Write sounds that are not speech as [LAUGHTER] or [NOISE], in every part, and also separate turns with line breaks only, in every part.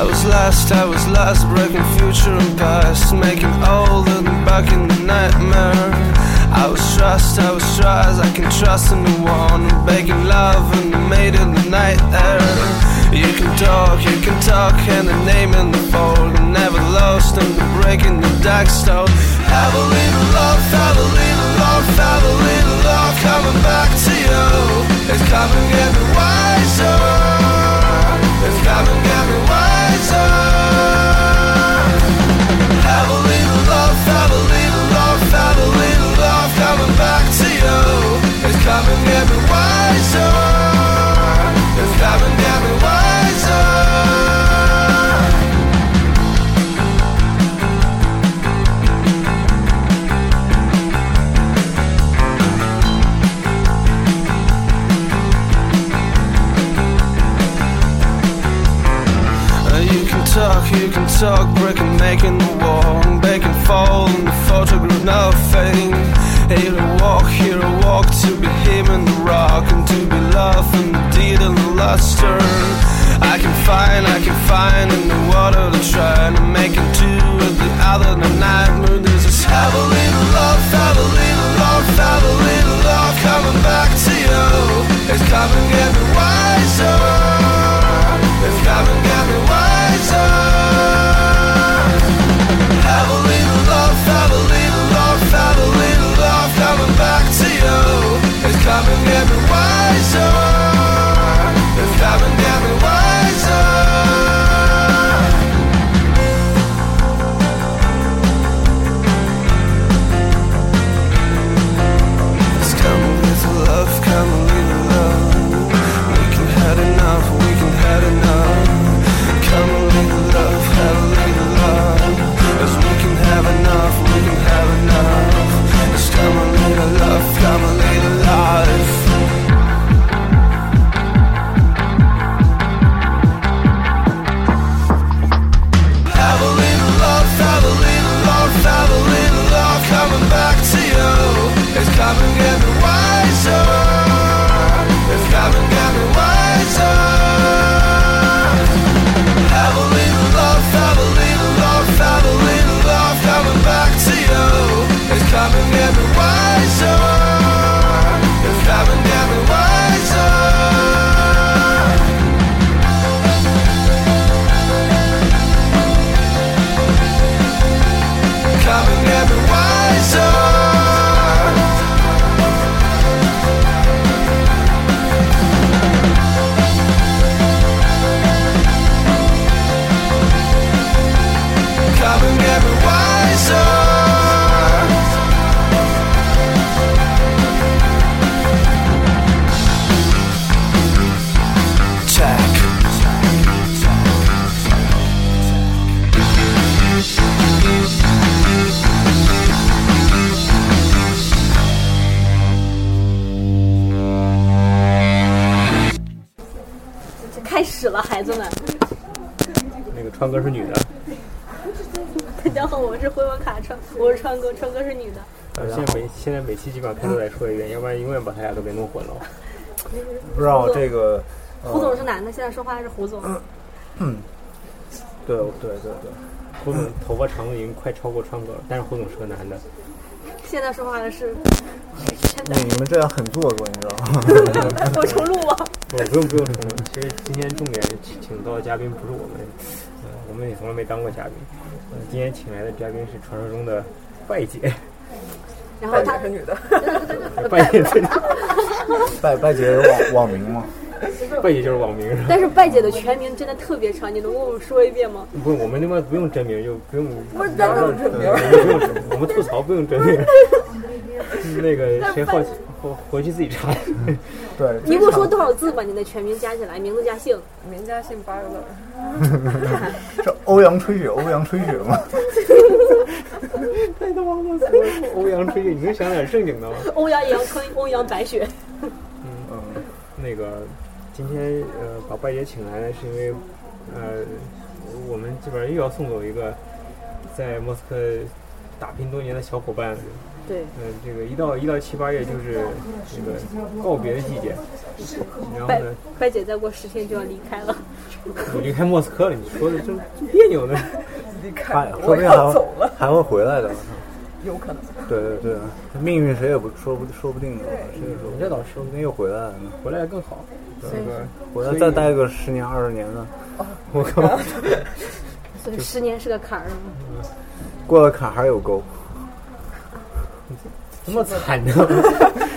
lost, I was lost, breaking future and past, making old and back in the nightmare. I was trust, I was trust, I can trust in the one, begging love and made in the night air. You can talk, you can talk, and the name in the fold, and never lost, and the break in the dark stone. Have a little love, have a little love, have a little love, coming back to you. It's coming, get me wiser. It's coming, get me wiser. Have a little love, have a little love, have a little love coming back to you. It's coming, get me wiser. It's coming, get me wiser. Uh, You can talk, you can talk, breaking, making the wall, baking, falling, the photograph now fading. Here I walk, here I walk, to be him and the rock, and to be love and the deed and the luster. I can find, I can find in the water the trying to make it two with the other, the night moon. There's this have a little love, have a little love, have a little love coming back to you. It's coming, get me wiser. It's coming, got me wiser. Have a little love, have a little love, have a little love coming back to you. It's coming, got me wiser. It's coming, got me wiser. It's coming with love, coming with love. We can had enough, we can had enough. Come with love, have a little love. As we can have enough, we can have enough. It's come a little love, come a little life. Have a little love, have a little love, have a little love coming back to you. It's coming, get me wiser. It's coming, get me wiser. Have a little love, have a little love, have a little love coming back to you. It's coming, get me wiser. It's coming, get me wiser. coming get me wiser. Come and get me wiser. Check.
开始了，孩子们。 [LAUGHS]
那个川哥是女的，
大家好，我是灰文卡川，我是川哥，川哥是女的。
呃现在每现在每期基本上他都得说一遍，要不然永远把他俩都给弄混了。
不知道这个，
嗯
胡总是男的，现在说话是胡总。
对对对对，
胡总头发长度已经快超过川哥了，但是胡总是个男的，
现在说话的是， [LAUGHS]
哎你你们这样很做作，你知道吗？
我重录
[LAUGHS]
啊。
我不用不用承认。其实今天重点请请到的嘉宾不是我们，呃，我们也从来没当过嘉宾。呃，今天请来的嘉宾是传说中的拜姐，
然后他
是女的，
拜姐最
[LAUGHS] 拜拜姐有 [LAUGHS] 网网名吗？
拜姐就是网名是吧？
但是拜姐的全名真的特别长，你能跟我们说一遍吗？
不，我们他妈不用真名，就不用
不是咱们有真名
我
儿，
们不用真名，我们吐槽不用
[LAUGHS]
真名。那个谁好奇，回回去自己查。
对，
你给我说多少字吧？你的全名加起来，名字加
[LAUGHS]
姓。
名家姓八个字儿，
是欧阳吹雪，欧阳吹雪 [LAUGHS] 吗？
[LAUGHS] 太他妈恶心了！欧阳吹雪，你能想点正经的吗？
欧阳阳春，欧阳白雪。
嗯，
那个，今天呃把拜姐请来呢，是因为呃我们这边又要送走一个在莫斯科打拼多年的小伙伴，
对，
嗯，这个一到一到七八月就是这个告别的季节，然后
拜
呢，
拜姐再过十天就要离开了，
你离开莫斯科了，你说的这么别扭呢？
离
哎
开，
说
我
不定还
要走
会
了，
还会回来的。
有可能。
对对对，啊命运谁也不说不说不定的，谁也说不定
这倒是，
说不定又回来了呢。
回来更好。这个
回来再待个十年二十年呢，我靠，
所以十年是个坎儿嘛。
过了坎还有沟。
这么惨呢？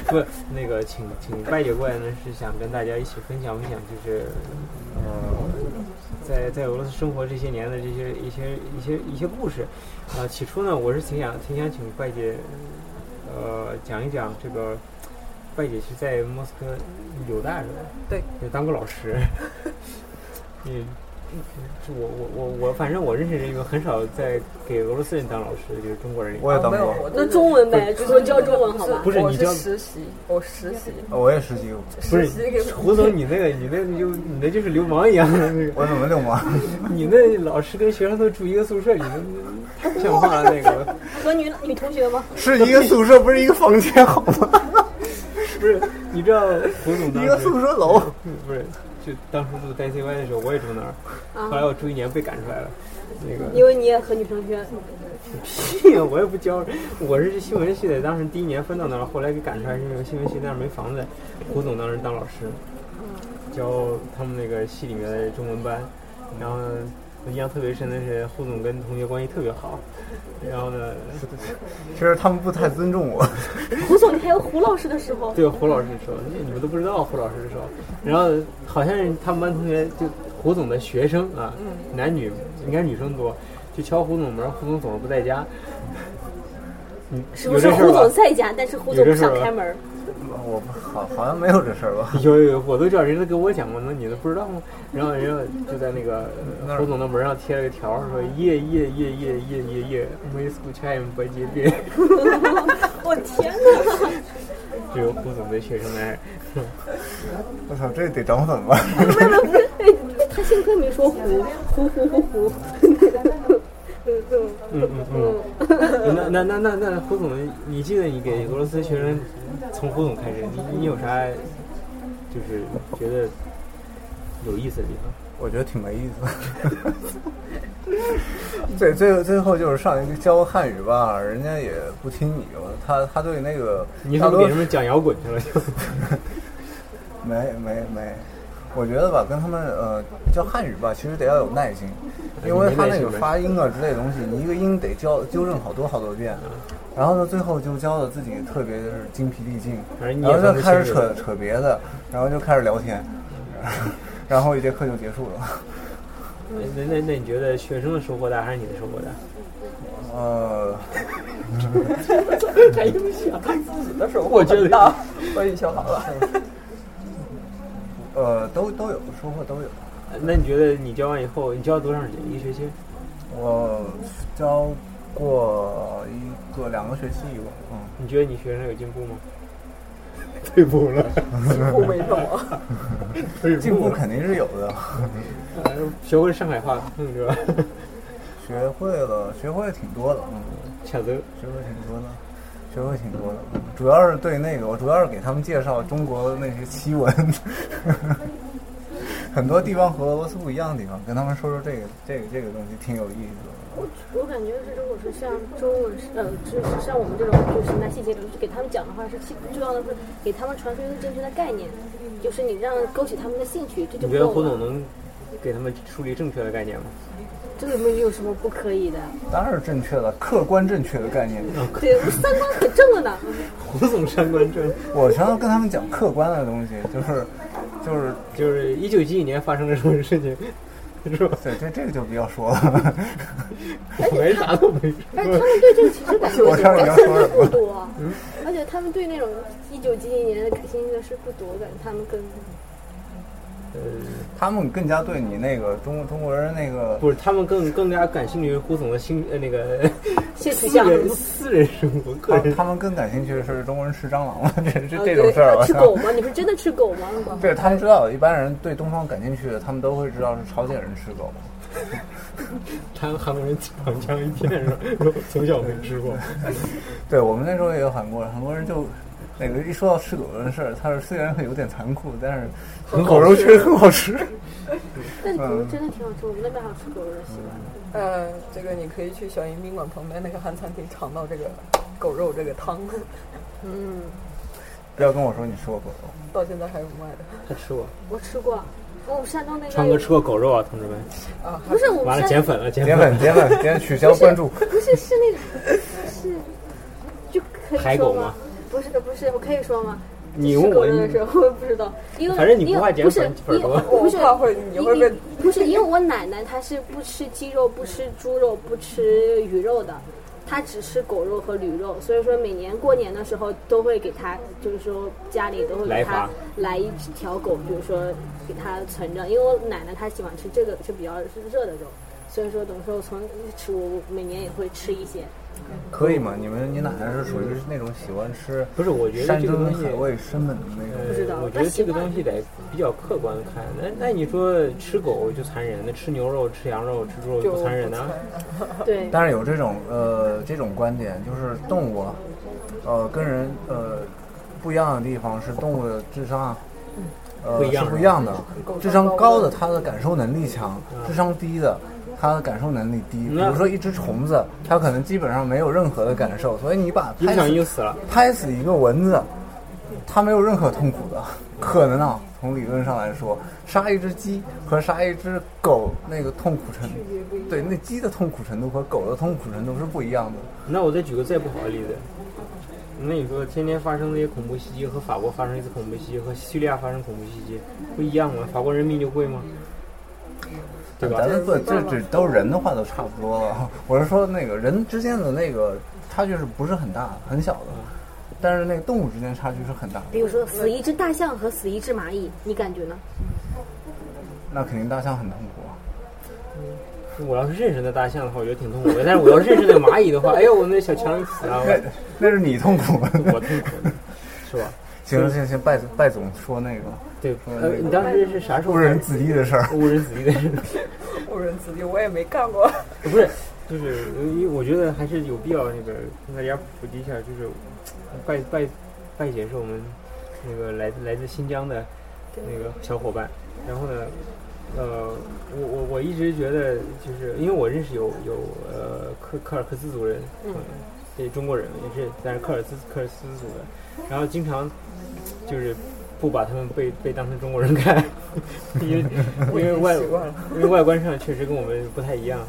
不，那个请请拜姐过来呢，是想跟大家一起分享分享，就是呃，在在俄罗斯生活这些年的这些一些一些一些故事。啊、起初呢，我是挺想挺想请拜姐呃讲一讲这个。拜姐是在莫斯科有大是吧？
对，
也当过老师。 [LAUGHS] 嗯，就我我我我，反正我认识这个很少在给俄罗斯人当老师的，就是中国人。
我也当
没有，
过，
我都
那
是
中文呗，
不
就是说教中文好吧？
不是
我
你教
是实习，我实习，
我也十几个，
不
实
是
习给我
胡总，你那个你那个就你那就是流氓一样的那个，
我怎么流氓？
你那老师跟学生都住一个宿舍，你那太不像话了那个，
和女女同学吗？
[LAUGHS] 是一个宿舍，不是一个房间，好吗？
不是？你知道胡总当
一
时嗯
个宿舍楼。
不是？就当时住 DCY 的时候，我也住那儿，后来我住一年被赶出来了。那个
啊因为你也和女同学，
屁， [LAUGHS] 我也不教，我是新闻系的，当时第一年分到那儿，后来给赶出来，是因为新闻系那儿没房子，胡总当时当老师，教他们那个系里面的中文班，然后呢我印象特别深的是胡总跟同学关系特别好，然后呢，
其实他们不太尊重 [LAUGHS] 我，
胡总你还有胡老师的时候，
对胡老师说，你们都不知道胡老师说，然后好像是他们班同学就胡总的学生啊，
嗯
男女应该女生多，就敲胡总门，胡总总是不在家。嗯
是不
有
是
这事儿
胡
吧
总在家，但是胡总不想开门？
我不好好像没有这事儿吧？
有有，有，我都知道，人家都跟我讲过，那你都不知道吗？然后人家就在那个
那
呃
儿
胡总的门上贴了个条儿，说夜夜夜夜夜夜夜，没 скучаем по тебе，
我天哪！
只有胡总对学生的爱。
我操，这得找我怎么办？
不是不是，哎他幸亏没说胡胡胡胡胡。嗯嗯
嗯嗯嗯。那那那那那胡总，你记得你给俄罗斯学生从胡总开始，你你有啥就是觉得有意思的地方？
[LAUGHS] 我觉得挺没意思。对， [LAUGHS] 最最后就是上一个教汉语吧，人家也不听你，他他对那个
你是
大
不
多
是给他们讲摇滚去了？就
[LAUGHS] 没没没，我觉得吧，跟他们呃教汉语吧，其实得要有耐心，因为他那个发音啊之类的东西，你一个音得教纠正好多好多遍，然后呢，最后就教的自己特别就是精疲力尽，
反正你
然
也
后
不
就
能
开始
轻易地
扯扯别的，然后就开始聊天， [LAUGHS] 然后一节课就结束了。
那那那你觉得学生的收获大还是你的收获大？
呃，
还用想？
那时候
我觉得
大，我已经修好了。
呃，都都有收获都有。
那你觉得你教完以后，你教了多长时间？一个学期？
我教过一个两个学期有，嗯，
你觉得你学生有进步吗？ [LAUGHS] 退步了，
不没什么，
[LAUGHS] 退
进步肯定是有的。
学会上海话，嗯，是 [LAUGHS] 吧？
学会了，学会挺多的，嗯，
恰子，
学会挺多的，学会挺多的。嗯主要是对那个，我主要是给他们介绍中国的那些奇闻， [LAUGHS] 很多地方和俄罗斯不一样的地方，跟他们说说这个这个这个东西挺有意思
我感觉是，如果说像中文是，呃，就是像我们这种就是拿细节，就是给他们讲的话，是其最重要的是给他们传输一个正确的概念，就是你让勾起他们的兴趣，这就
你觉得
够
胡
了
总。能给他们树立正确的概念吗？ [LAUGHS]
这个没有什么不可以的，
的，当然是正确的，客观正确的概念。
对，三观可正了呢。
胡总三观正，
我常常跟他们讲客观的东西，就是就是
就是一九几几年发生了什么事情， [LAUGHS] 是吧？
对这这个就不要说了， [LAUGHS]
我还啥都没
而且他
说。
们对这个其实感
我看你要
觉
说什
不
么。
多，而且他们对那种一九几几年的开心的事不多，感觉他们更
呃，
他们更加对你那个中中国人那个
不是，他们更更加感兴趣于胡总的心呃那个
性取
私
向
人私人生活，个
他
人
他们更感兴趣的是中国人吃蟑螂了，这是
啊
这种事儿。
对
我
吃
操
狗吗？你不是真的吃狗吗？
对，他们知道一般人对东方感兴趣的，他们都会知道是朝鲜人吃
[LAUGHS]
狗。
韩韩国人长江一片是吧？我从小没吃过，
[LAUGHS] 对我们那时候也有韩国人，韩国人就那个一说到吃狗这事儿，他是虽然有点残酷，但是狗肉确实很好吃。
但狗肉真的挺好吃，我们那边还有吃狗肉的习惯。
呃，这个你可以去小云宾馆旁边那个韩餐厅尝到这个狗肉这个汤， [LAUGHS]
嗯，
不要跟我说你吃过狗肉，
到现在还有卖的
他吃过。
我吃过，我们山东那边
川哥
有
吃过狗肉啊，同志们！
啊。还
不是我
完
们
了，
山
减粉了，减
点
粉！
粉点粉点取消关注。
不是是那个是就可
海
以
狗
说
吗？
不是不是，我可以说吗？
你
吃
问
狗
我，
肉的时候，我也不知道，因为
反正你不
因为
怕捡
不是
粉粉
因为
多
我
不是
怕会你会被
不是因为我奶奶她是不吃鸡肉、不吃猪肉、不吃鱼肉的，她只吃狗肉和驴肉，所以说每年过年的时候都会给她，就是说家里都会
来
给
一
她
把
来一条狗，比如说给她存着，因为我奶奶她喜欢吃这个是比较热的肉，所以说等于说我从吃我每年也会
[LAUGHS]
吃一些。
可以吗？你们你奶奶是属于那种喜欢吃
不是，我觉得
山
这个
珍
东西
海，味生猛的那种？
不知道
呃，我觉
但
得
习
这个
惯
东西得比较客观看。那那你说吃狗就残忍，那吃牛肉、吃羊肉、吃猪肉
就
就不残忍啊呢？
对，
但是有这种呃这种观点，就是动物啊，呃跟人呃不一样的地方是动物的智商啊，呃
不一样
是
是吧
不一样的。
狗
智商
狗
高的它的感受能力强，智商低的它的感受能力低。比
那
如说一只虫子，它可能基本上没有任何的感受，所以你把
一不
拍
小心就
死
死了。
拍死一个蚊子，它没有任何痛苦的。可能啊，从理论上来说，杀一只鸡和杀一只狗那个痛苦程度，对，那鸡的痛苦程度和狗的痛苦程度是不一样的。
那我再举个再不好的例子，那你说天天发生这些恐怖袭击，和法国发生一次恐怖袭击，和叙利亚发生恐怖袭击，不一样吗？法国人命就贵吗？对吧
咱？们不，这这都是人的话都差不多了。我是说那个人之间的那个差距是不是很大，很小的，但是那个动物之间差距是很大的。
比如说死一只大象和死一只蚂蚁，你感觉呢？
那肯定大象很痛苦啊。
我要是认识那大象的话，我觉得挺痛苦的。但是我要是认识那蚂蚁的话，哎呦，我那小强死了，
[LAUGHS] 那那是你痛苦。
我我痛苦的，是吧？
行了行了行了，拜总拜总说那个
对，呃，你当时是啥时候
误人子弟的事儿，
误人子弟的事？
误人子弟，我也没干过。
不是，就是因为我觉得还是有必要那个跟大家普及一下，就是拜拜拜姐是我们那个来自来自新疆的那个小伙伴，然后呢，呃，我我我一直觉得就是因为我认识有有呃科科尔克孜族人，嗯，对中国人也是，但是科尔兹科尔斯族的，然后经常就是不把他们被被当成中国人看， [LAUGHS] 因为因为外
习惯了
因为外观上确实跟我们不太一样。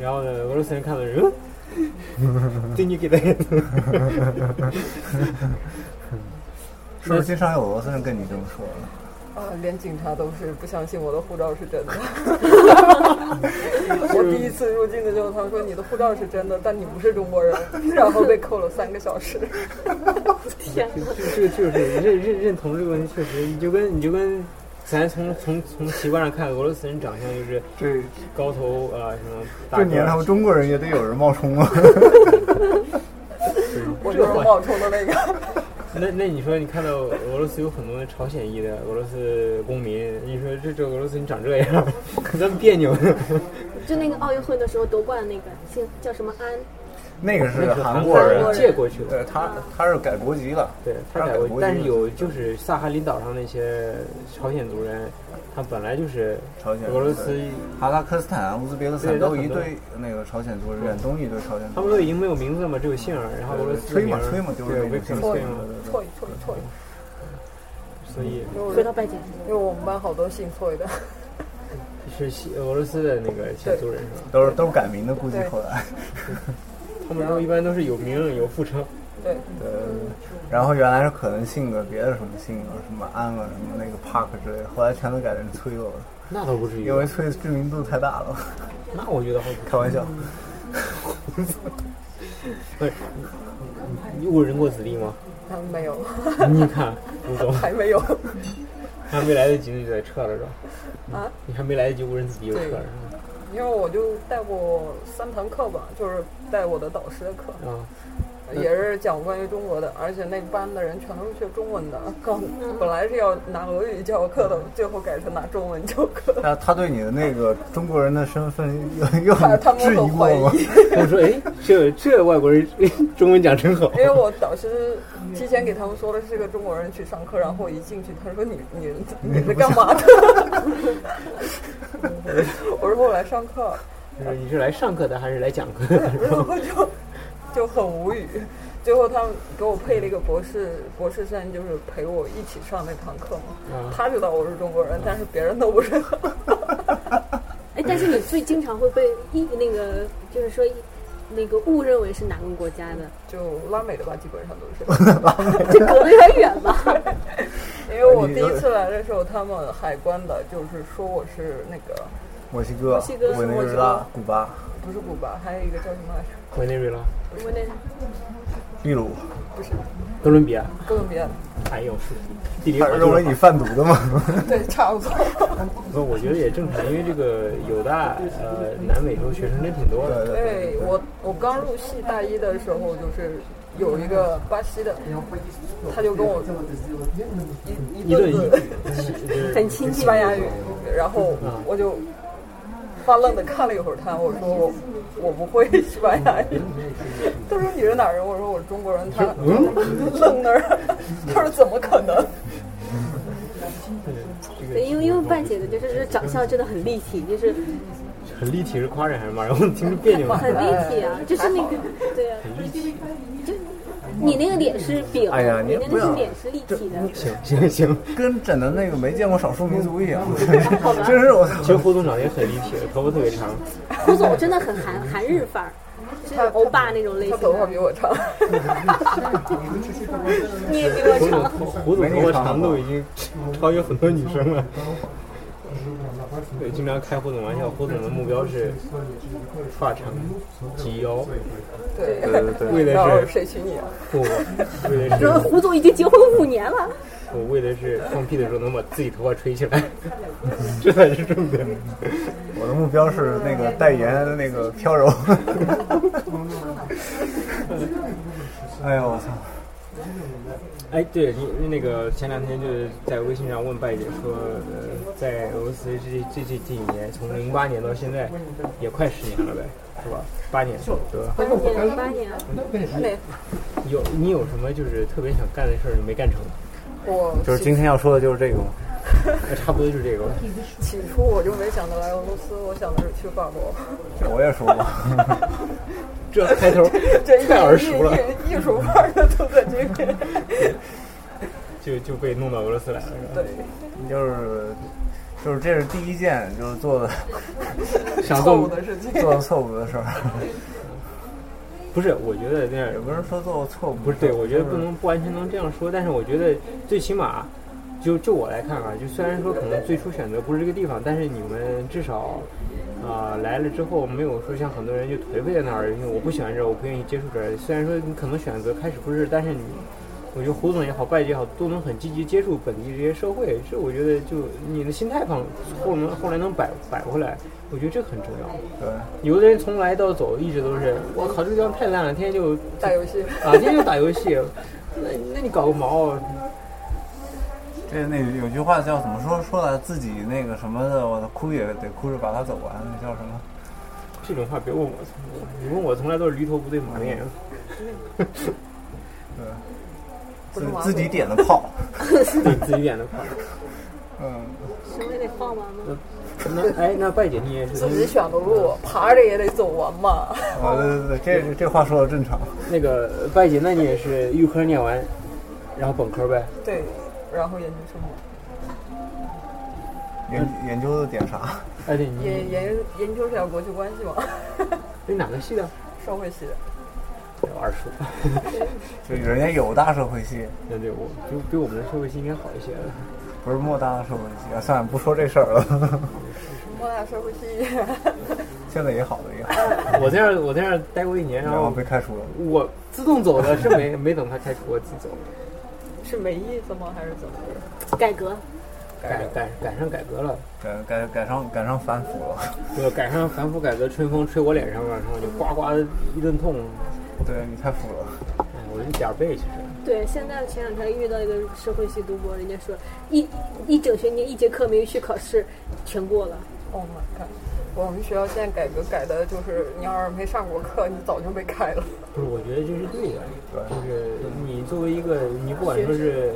然后呢，俄罗斯人看到人，嗯对你给的，
是不是经常有俄罗斯人跟你这么说的？
啊，连警察都是不相信我的护照是
[LAUGHS]
真的。我第一次入境的时候，他们说你的护照是真的，但你不是中国人，然后被扣了三个小时。
天
就就就是认认认同这个问题，确实，你就跟你就跟咱从从从习惯上看，俄罗斯人长相就是
这
高头啊、什么大
这
个
年头，中国人也得有人冒充啊。
我就是冒充的那个， [LAUGHS]
那那你说，你看到俄罗斯有很多朝鲜裔的俄罗斯公民，你说这这俄罗斯人长这样， [LAUGHS] 咱们别扭。
就那个奥运会的时候夺冠那个姓叫什么安？
[LAUGHS] 那个
那
是
是
韩
国
人，
借过去的，
对他他是改国籍了。
对他改过去，但是有就是萨哈林岛上那些朝鲜族人，他本来就是
朝鲜人
俄罗斯，
对哈萨克斯坦、乌兹别克斯坦
对
都
他
一
很多
堆那个朝鲜族人，远东一堆朝鲜
他
族
们都已经没有名字了嘛，只有姓儿，然后俄罗斯
吹
名
嘛
儿
吹嘛就是
对
那
被
个
吹
姓
嘛
儿，
错一错一错一。
所以
回到拜姐，
因为我们班好多姓错的， [LAUGHS]
是西俄罗斯的那个新族人是吧？
人，都是都是改名的，估计
对
后来。
他们都一般都是有名有副称，
对，
呃，然后原来是可能姓个别的什么姓啊，什么安啊，什么那个 Park 之类的，后来全都改成崔了，
那倒不至于，
因为崔知名度太大了。
那我觉得好
开玩笑，
不是你你你误人过子弟吗？ [LAUGHS]
嗯，没有，
你看，吴总，
还没有。
还没来得及你就得撤了是吧？
啊，
你还没来得及误认自己有车是吧？
[LAUGHS] 因为我就带过三堂课吧，就是带我的导师的课，
啊，
嗯
也是讲关于中国的，而且那班的人全都是学中文的，刚本来是要拿俄语教课的，最后改成拿中文教课。
他他对你的那个中国人的身份 [LAUGHS] 又
[LAUGHS]
又
他他们
质疑
很
过
怀疑
吗？，
我说哎，这这外国人 [LAUGHS] 中文讲真好
[LAUGHS] 因。为我导师提前给他们说了是个中国人去上课，然后一进去他说你你你是干嘛的？ [LAUGHS] 我说我来上课，
就是呃你是来上课的还是来讲课的？ [LAUGHS]
然后就就很无语。最后他们给我配了一个博士博士生，就是陪我一起上那堂课嘛
啊。
他知道我是中国人，但是别人都不知道。
哎，但是你最经常会被一那个就是说一那个误认为是哪个国家的，
就拉美的吧，基本上都是。
这隔得有点远
[LAUGHS]
吧？
因为我第一次来的时候，他们海关的就是说我是那个
墨西哥、
墨西哥
委内
墨
瑞
西
拉
哥、
古巴、
不是古巴，还有一个叫什么来着？
委内瑞拉、
我那
秘鲁，
不是
哥伦比亚，
哥伦比亚。
哎呦，地理
他
法
认为你贩毒的吗？
对，差不多。
不，我觉得也正常，因为这个有大呃南美洲学生真挺
[LAUGHS]
多
对
的。
对对。
对我，我刚入戏大一的时候，就是有一个巴西的，他就跟我一
一顿
顿子
就是
很亲
西
近，
班牙语，然后我就发愣的看了一会儿他，我说我我不会西班牙语。他说你是哪人？我说我是中国人。他
嗯
愣那儿，他说怎么可能？
这
对，因为因为半姐的就是这长相真的很立体，就是
个很立体，是夸人还是骂人？我听着别扭。
很立体啊，就是那个对啊，就你那个脸是饼，
哎呀
你的
你不
那
要
个脸是立体的，
行行行，
跟真的那个没见过少数民族一样， [LAUGHS] 真是我
其实胡总长得也很立体，头发特别长。
胡总真的很韩韩日范儿，就是欧巴那种类
他
型
头发
的，
比我长，
你也比我
胡
[LAUGHS]
总
长，
胡总头发长度已经超越很多女生了。对，经常开胡总玩笑，胡总的目标是发长及腰，
对
对对对
为
然后
的是
谁娶你啊？
不，为的
然后
是
胡总已经结婚五年了，
我为的是放屁的时候能把自己头发吹起 [LAUGHS] 来，这才是重点。
我的目标是那个代言那个飘
[LAUGHS]
柔。哎呦我操！
哎，对你那个前两天就是在微信上问拜姐说，呃，在俄罗斯这这这几年，从零八年到现在，也快十年了呗，是吧？八年对吧？
八年八年啊，
那
有你有什么就是特别想干的事儿你没干成？
我
就是今天要说的就是这个吗？
那哎差不多就是这 [LAUGHS] 个吧。
起初我就没想着来俄罗斯，我想的是去法国。
我也说过，
这开头
这艺
[LAUGHS] 太耳熟了，
艺艺艺术范儿的都在这
[LAUGHS]
边。 [LAUGHS]
就就被弄到俄罗斯来了，是吧？
对，
就是就是这是第一件就是做的
[LAUGHS] 想
错误
做
的事情。
做的错误的事儿。
不是？我觉得那样
也不是说做错误的事儿，
不是对，我觉得
就
不
是
能不完全能这样说，但是我觉得最起码，就就我来看啊，就虽然说可能最初选择不是这个地方，但是你们至少，啊、来了之后没有说像很多人就颓废在那儿，因为我不喜欢这儿，我不愿意接触这儿。虽然说你可能选择开始不是，但是你，我觉得胡总也好，拜姐也好，都能很积极接触本地这些社会，这我觉得就你的心态放后能后来能摆摆回来，我觉得这个很重要。
对。
有的人从来到走一直都是，我靠，这地方太烂了，天天就
打游戏，
啊，天天就打游戏，那那你搞个毛？啊
这那有句话叫怎么说说来自己那个什么的，我哭也得哭着把它走完，那叫什么？
这种话别问我，你问我从来都是驴头不对马面。
对，
不是
自
马
自己点的炮。
[LAUGHS] 对自己点的款。
嗯，
什么也得放完吗？
那哎，那拜姐你也
自己
是
选的路，爬着也得走完嘛。 [LAUGHS]
啊对对对，这这这话说的正常。
那个拜姐，那你也是预科念完，然后本科呗？
对，然后研究生嘛，
研研究的点啥？
哎，对，你
研研研究是要国际关系嘛，
你哪个系的？
[LAUGHS] 社会系的。
二叔。
就人家有大社会系，
那对我就比我们的社会系应该好一些了。
不是莫大的社会系。啊，算了，不说这事儿了。 [LAUGHS]
莫大社会系， [LAUGHS]
现在也好了，也好了，
我在那儿嗯我在那儿待过一年，然
然后
后
被开除了。
我自动走的，是 [LAUGHS] 没没等他开除，我自己走。
是没意思吗？还是怎么着？
改革，
改赶赶上改革了，
赶赶赶上赶上反腐了。 [LAUGHS]
对，赶上反腐改革，春风吹我脸上面，然后就呱呱的一顿痛，
对你太腐了。
哎，我是点儿背其实。
对，现在前两天遇到一个社会系读博，人家说一一整学年一节课没有去考试，全过了。
哦
Oh my god！我们学校现在改革改的就是，你要是没上过课，你早就被开了。
不是，我觉得这是对的，
对
就是你作为一个，你不管说是，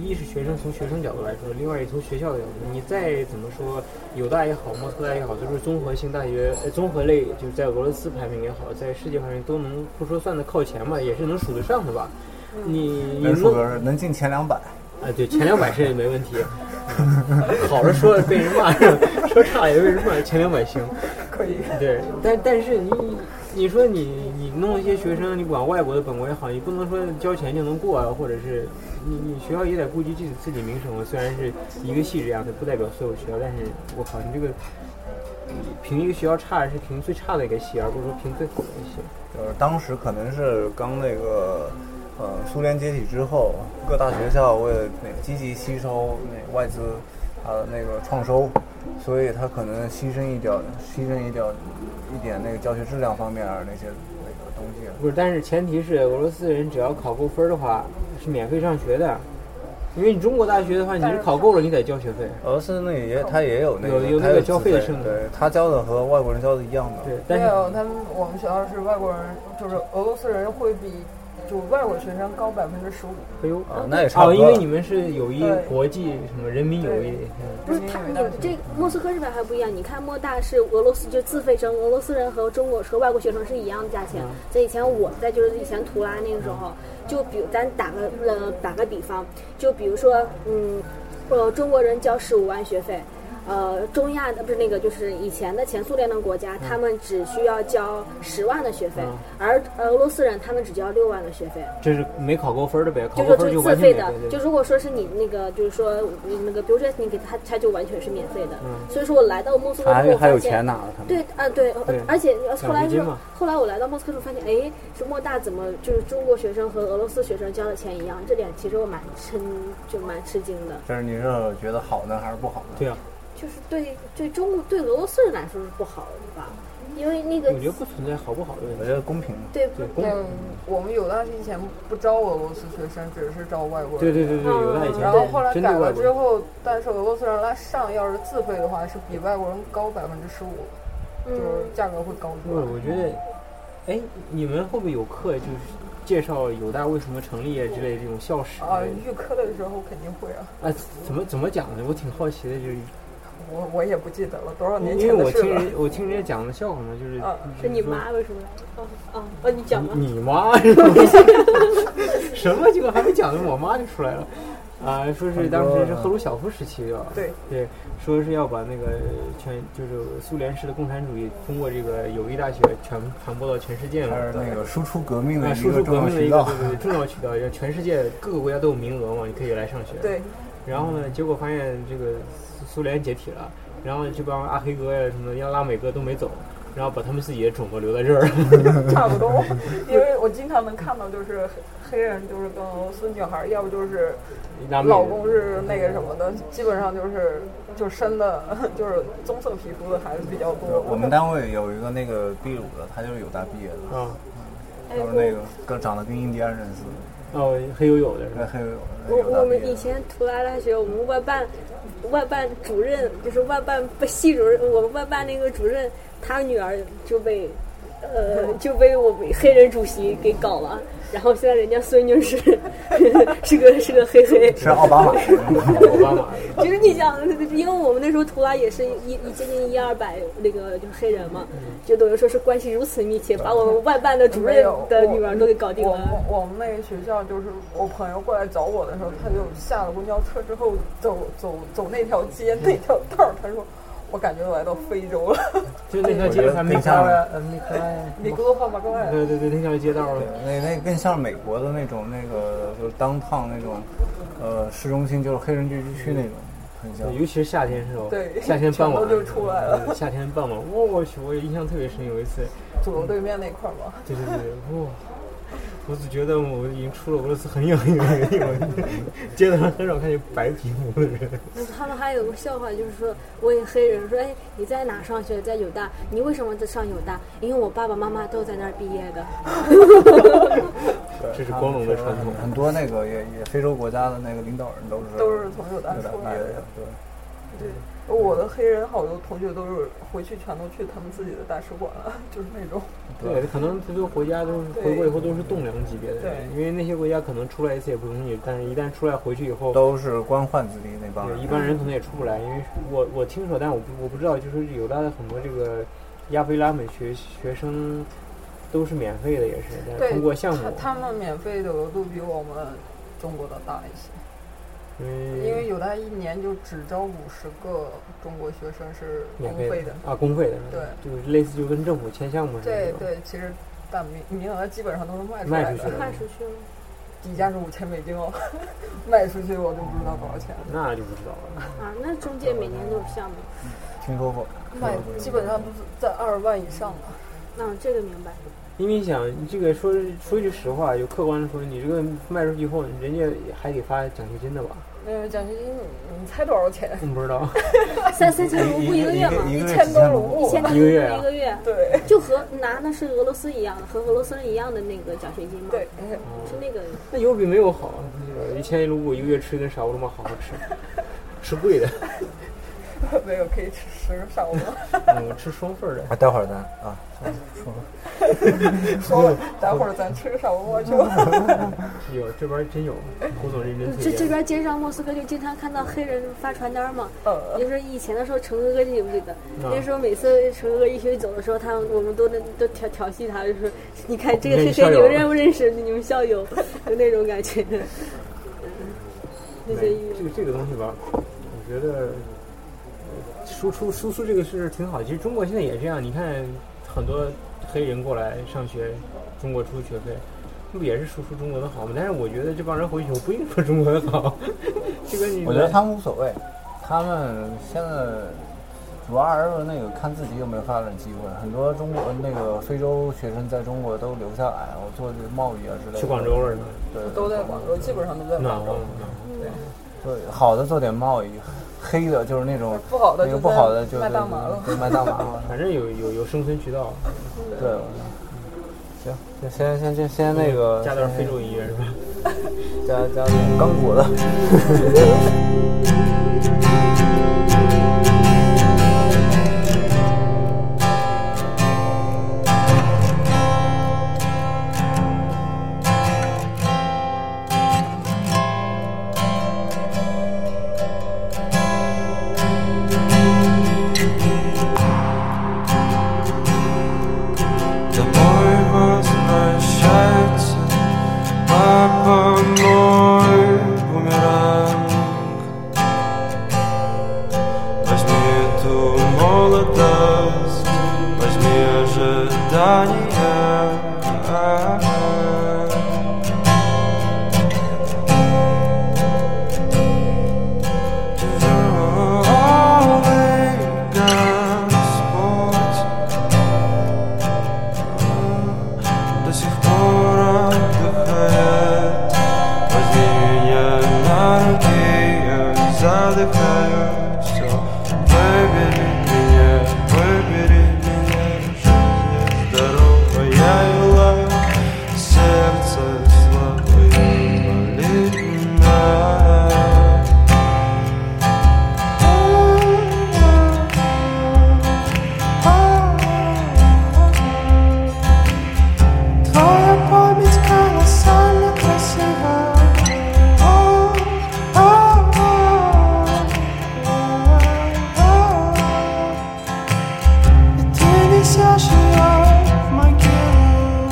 一是学生从学生角度来说，另外一从学校的角度，你再怎么说，有大也好，莫特大也好，都是综合性大学，呃，综合类就是在俄罗斯排名也好，在世界排名都能不说算的靠前吧，也是能数得上的吧。你你
人数
弄啊、
格是能进前两百，
啊对，前两百是没问题，嗯好着说被人骂上，说差了也被人骂，前两百行。
[LAUGHS] 可以，
对，但但是你你说你你弄一些学生，你管外国的本国也好，你不能说交钱就能过啊，或者是你你学校也得顾及自己自己名声啊。虽然是一个系这样的，不代表所有学校，但是我靠，你这个嗯评一个学校差是评最差的一个系，而不是说评最好的一个系。
就是当时可能是刚那个，呃，苏联解体之后，各大学校为了那个积极吸收那外资，呃，那个创收，所以它可能牺牲一点，牺牲一点，一点那个教学质量方面儿那些那个东西。
不是，但是前提是俄罗斯人只要考够分儿的话是免费上学的，因为你中国大学的话，你
但
是
是
考够了你得交学费。
俄罗斯那也它也有那个
有有
它
那个
自
交费的
费
政策
对，它交的和外国人交的一样的。
对， [LAUGHS] 但
没
是
有他们，啊我们学校是外国人，就是俄罗斯人会比就外国学生高百分之十五。
哎呦。
啊，那也差不
哦，
多了。
因为你们是友谊
对
国际什么人民友
对，
谊嗯
不是他们有这莫斯科这边还不一样，你看莫大是俄罗斯就自费生，俄罗斯人和中国和外国学生是一样的价钱。在以前我在就是以前图拉那个时候，就比如咱打个呃打个比方，就比如说嗯，呃中国人交十五万学费，呃中亚的不是那个就是以前的前苏联的国家，他们只需要交十万的学费
嗯，
而呃俄罗斯人他们只交六万的学费。
就是没考够分儿的呗，考
就
够
是
分儿
就
完
自
全
费
免
的
费，对
就如果说是你那个，就是说你那个 b u d g e 你给他，他就完全是免费的。
嗯
所以说我来到莫斯科之后，我发现。
拿了他们
对，啊对，呃
对
而且后来
奖学金
就
嘛
后来我来到莫斯科之后发现，哎，这莫大怎么就是中国学生和俄罗斯学生交的钱一样？这点其实我蛮吃就蛮吃惊的，
就是你是觉得好呢还是不好呢？
对啊，
就是对对中国对俄罗斯人来说是不好的吧？因为那个
我觉得不存在好不好的问
我
题，
觉得公平。
对
对公
但我们有大以前不招俄罗斯学生，只是招外国人。
对对对对，有的以前
然后后来
真
改
的
了
外
之
国，
后，但是俄罗斯人来上，要是自费的话，是比外国人高百分之十五，就
嗯
是价格会高
不
出
是
来。
我觉得，哎，你们会不会有课就是介绍友大为什么成立啊之类的这种校史
啊，
之类的
预科的时候肯定会啊，
啊？怎么怎么讲呢？我挺好奇的，就是
我我也不记得了，多少年
因为
前
我
的事
听
了。
人我听人家讲的笑话嘛，就是
啊
就是
你
说
妈为什么来？哦哦哦，你讲吧。
你你妈是吧？什么这个还没讲呢，我妈就出来了。啊，说是当时是赫鲁晓夫时期的，
对
对，说是要把那个全就是苏联式的共产主义通过这个友谊大学全传播到全世界
它是
了。
那个输出革命的
啊，
一
输
个
出
重
革
要
命的一
渠
个
道。
对对对重要渠道，让全世界各个国家都有名额嘛，你可以来上学。。
对，
然后呢，结果发现这个苏苏联解体了，然后这帮阿黑哥呀什么的，要拉美哥都没走，然后把他们自己的种子留在这儿。
差不多，因为我经常能看到，就是黑人就是跟俄罗斯女孩儿，要不就是
[LAUGHS] 拉美人
老公是那个什么的，基本上就是就深的， [LAUGHS] 就是棕色皮肤的孩子比较多。
我们单位有一个那个秘鲁的，他就是有大毕业的，
啊，
哎
就是那个跟长得跟印第安人似的，
哦，黑黝黝的是吧
[LAUGHS]
那？黑人
我
有大
我
啊毕
们
业
以
的。
前图拉大学，我们外办外办主任就是外办不系主任，我们外办那个主任，他女儿就被呃就被我们黑人主席给搞了，然后现在人家孙女是 [LAUGHS] 是个是个黑黑。
是奥巴马，
奥巴马
其实你想，因为我们那时候图拉也是一一接近一二百那个就是黑人嘛，就等于说是关系如此密切，把我们外办的主
没
任
有
的女儿都给搞定
我
了。
我我们那个学校就是我朋友过来找我的时候，他就下了公交车之后走走走那条街 [LAUGHS] 那条道儿，他说我感觉我来到非洲了，
[LAUGHS] 就那条街还没开呀，呃没开呀。
米格罗帕马怪。
呃
[LAUGHS]
对对对，那条街道
对那那更像美国的那种那个就是当趟那种，呃，市中心就是黑人聚居区那种，很像。
尤其是夏天时候，
对
夏天傍晚
全都就出来了
对夏天傍晚，我去，我印象特别深，有一次，
左楼对面那块儿嘛，
对对对，哇，我只觉得我已经出了俄罗斯很远很远的地方， [LAUGHS] 街头上很少看见白皮肤的人。
他们还有个笑话，就是说问黑人说：“哎，你在哪上学？在有大？你为什么在上有大？因为我爸爸妈妈都在那儿毕业的。
这是光荣的传统
很多那个也也非洲国家的那个领导人都是
都是从有大
有点
出
毕
来
业
的。
的，对。
对，我的黑人好多同学都是回去全都去他们自己的大使馆了， [LAUGHS] 就是那种。
对，可能这多国家都是回国以后都是栋梁级别的人，因为那些国家可能出来一次也不容易，但是一旦出来回去以后，
都是官宦子弟那帮
对
人，
一般人可能也出不来。因为我我听说，但我不我不知道，就是有的很多这个亚非拉美学学生都是免费的，也是，但是
对
通过项目，
他他们免费的额度比我们中国的大一些，
因
因为有大一年就只招五十个中国学生是
免
公
费
费的。
啊，公费的，
对，
就是类似就跟政府签项目似的那
对
种，
对，其实但名名额基本上都是卖出
卖
来
出去的
的，
卖出去了，
底价是五千美金哦， [LAUGHS] 卖出去我就不知道多少钱了。
那就不知道了。
啊，那中介每年都有项目，
听说过。
卖基本上都是在二十万以上啊吧。
那、这个明白。
因为你想，你这个说说句实话，就客观的说，你这个卖出去以后，人家还得发奖学金的吧？
那奖学金你你猜多少钱？
[LAUGHS]
[LAUGHS]
我不知道，
三三千卢布一个月嘛，
一个
千多卢
一
布
千。
一个月啊
卢布一个月，
对
就和拿的是俄罗斯一样的，和俄罗斯人一样的那个奖学金嘛，
对， [LAUGHS]
是那个
哦那有比没有好。一千一卢布一个月吃一顿傻乌龙嘛，好好吃， [LAUGHS] 吃贵的，
没有可以吃十个上午吗？
嗯我吃双份儿的。
啊，待会儿咱啊，
[LAUGHS] 说了，待会儿咱吃个烧锅去。
有这边真有，胡总认真推
嗯这
荐。
这边街上莫斯科就经常看到黑人发传单嘛。
呃，
就是以前的时候，陈哥哥记不记得？
嗯
那时候每次陈哥哥一起走的时候，他们我们都能都调调戏他，就说：“你看这个黑黑，你们认不认识？你们校友，就那种感觉。”那
没
些 [LAUGHS]
这个这个东西吧，我觉得呃输出输出这个事挺好。其实中国现在也这样，你看很多黑人过来上学，中国出学费，那不也是输出中国的好吗？但是我觉得这帮人回去以后不一定说中国的好， [LAUGHS] 这个你
我觉得他们无所谓，他们现在主要还是那个看自己有没有发展机会。很多中国那个非洲学生在中国都留下来，我做这贸易啊之类的。
去广州了是吗？
对，
都在广州，基本上都在
暖
广
和
州
了。。
对，好的做点贸易，黑的就是那种
不好的
那
就
个不好的
在
就
卖大麻了
对卖大麻了。
[LAUGHS]
反正有有有生存渠道，
对，行，那先先先先那个
嗯
加点非洲音乐是吧？
加加点刚果的。
The boy was прощается, папа мой бумеранг. Возьми эту молодость, возьми ожидания. Тяжелый Господь, до сих пор отдыхает Возьми меня на руки, я задыхаюсь Все, выбери меня, выбери меня Жизнь здоровая вела, сердце слабое болит меня Твоя память колоссально красива. О, о, о, о. И ты несешь ее в могилу.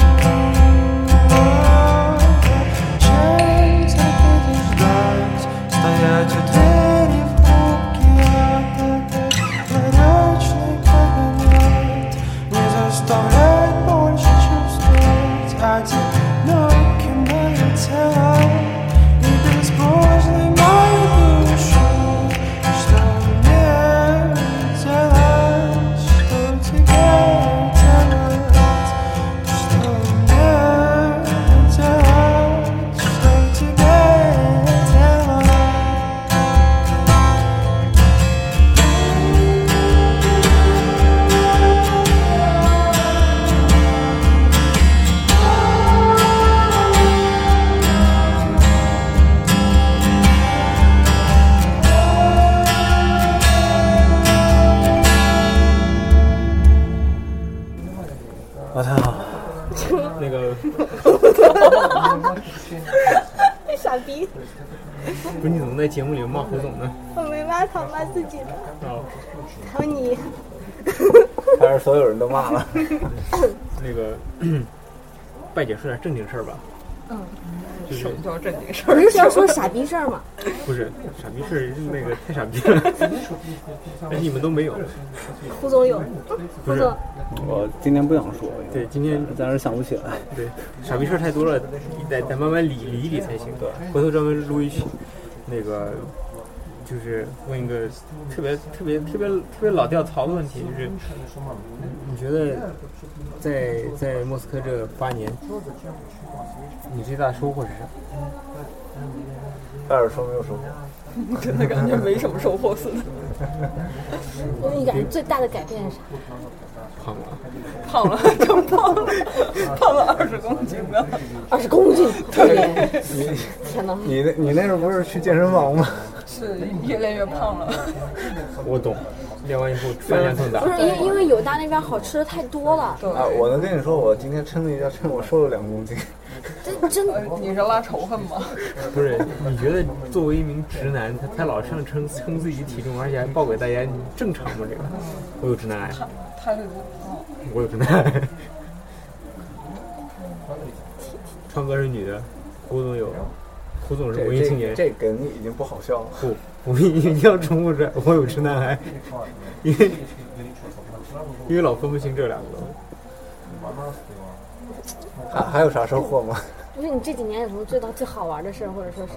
Чем ты будешь ждать? Стоять у двери в пробке от этой горячей кабинет Не заставляет больше чувствовать Одиноким мое тело И безбожной мою душу Что мне делать? Что тебе делать? Что мне делать?
[LAUGHS]
[LAUGHS] 这傻逼，
不是你怎么在节目里骂胡总呢？
我没骂他，骂自己的。
啊，
还有你，
还是所有人都骂了。
那个， [CLEARS THROAT] 败姐说点正经事儿吧。嗯，就是
什么叫正经事
不
儿？
是是要说傻逼事儿吗？
不是傻逼事儿，那个太傻逼了，而且你们都没有。
胡总有，
不
胡
是
总，
我今天不想说，
对，今天
暂时想不起来。
对傻逼事儿太多了，得得慢慢理理一理才行。对，回头专门录一期，那个就是问一个特别特别特别特别老掉槽的问题，就是你觉得在在莫斯科这八年，你最大的收获是啥？
但是说没有收获。
真的感觉没什么收获似的。
因为你感觉最大的改变是啥？
胖了，
胖了，真胖了，胖了二十公斤呢。
二十公斤， [LAUGHS] 对，天哪！
你那，你那时候不是去健身房吗？
是越练越胖了。
[LAUGHS] 我懂。练完以后饭量更大
不，是因因为友大那边好吃的太多了，
啊，我能跟你说，我今天称了一下称，我瘦了两公斤。
这真
呃你是拉仇恨吗？ [LAUGHS]
不是？你觉得作为一名直男，他他老上称称自己体重，而且还报给大家，你正常吗？这个，我有直男癌，
他是嗯
我有直男癌。川哥是女的，胡总有，胡总是
这
文艺青年
这。这梗已经不好笑了。
不，我一定要重复出来，我有直男癌，因为因为老分不清这两个。
还啊还有啥收获吗？
不是你这几年有什么最到最好玩的事儿，或者说是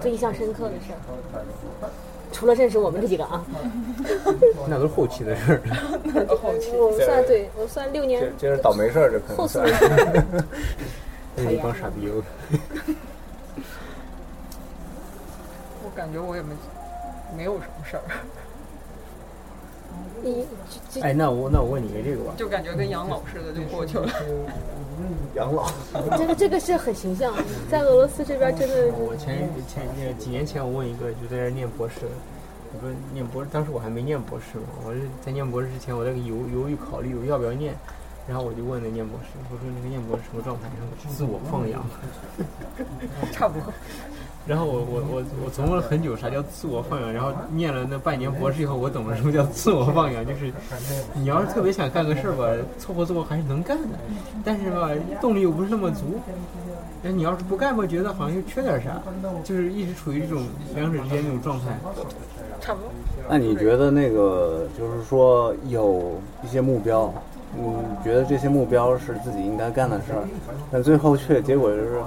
最印象深刻的事儿？除了认识我们这几个啊，
那都是后期的事儿。
后期
我算对我算六
这
年
这是倒霉事儿，这可
后
能
四
算。 [LAUGHS]
年，
那一帮傻逼，我
我感觉我也没没有什么事儿，
你
哎，那我那我问你一个这个吧，
就感觉跟养老似的就过去了。
养老，
这个这个是很形象，在俄罗斯这边真的
我前前那个几年前，我问一个就在这儿念博士的，我说念博士，当时我还没念博士嘛，我是在念博士之前，我在犹犹豫考虑我要不要念，然后我就问那念博士，我说那个念博士什么状态？然后自我放养。
差不多，
然后我我我我琢磨了很久啥叫自我放养，然后念了那半年博士以后，我懂了什么叫自我放养，就是你要是特别想干个事儿吧，凑合凑合还是能干的，但是吧动力又不是那么足。那哎你要是不干吧，觉得好像又缺点啥，就是一直处于这种两者之间那种状态。
差不多。
那你觉得那个就是说有一些目标，你觉得这些目标是自己应该干的事儿，但最后却结果就是，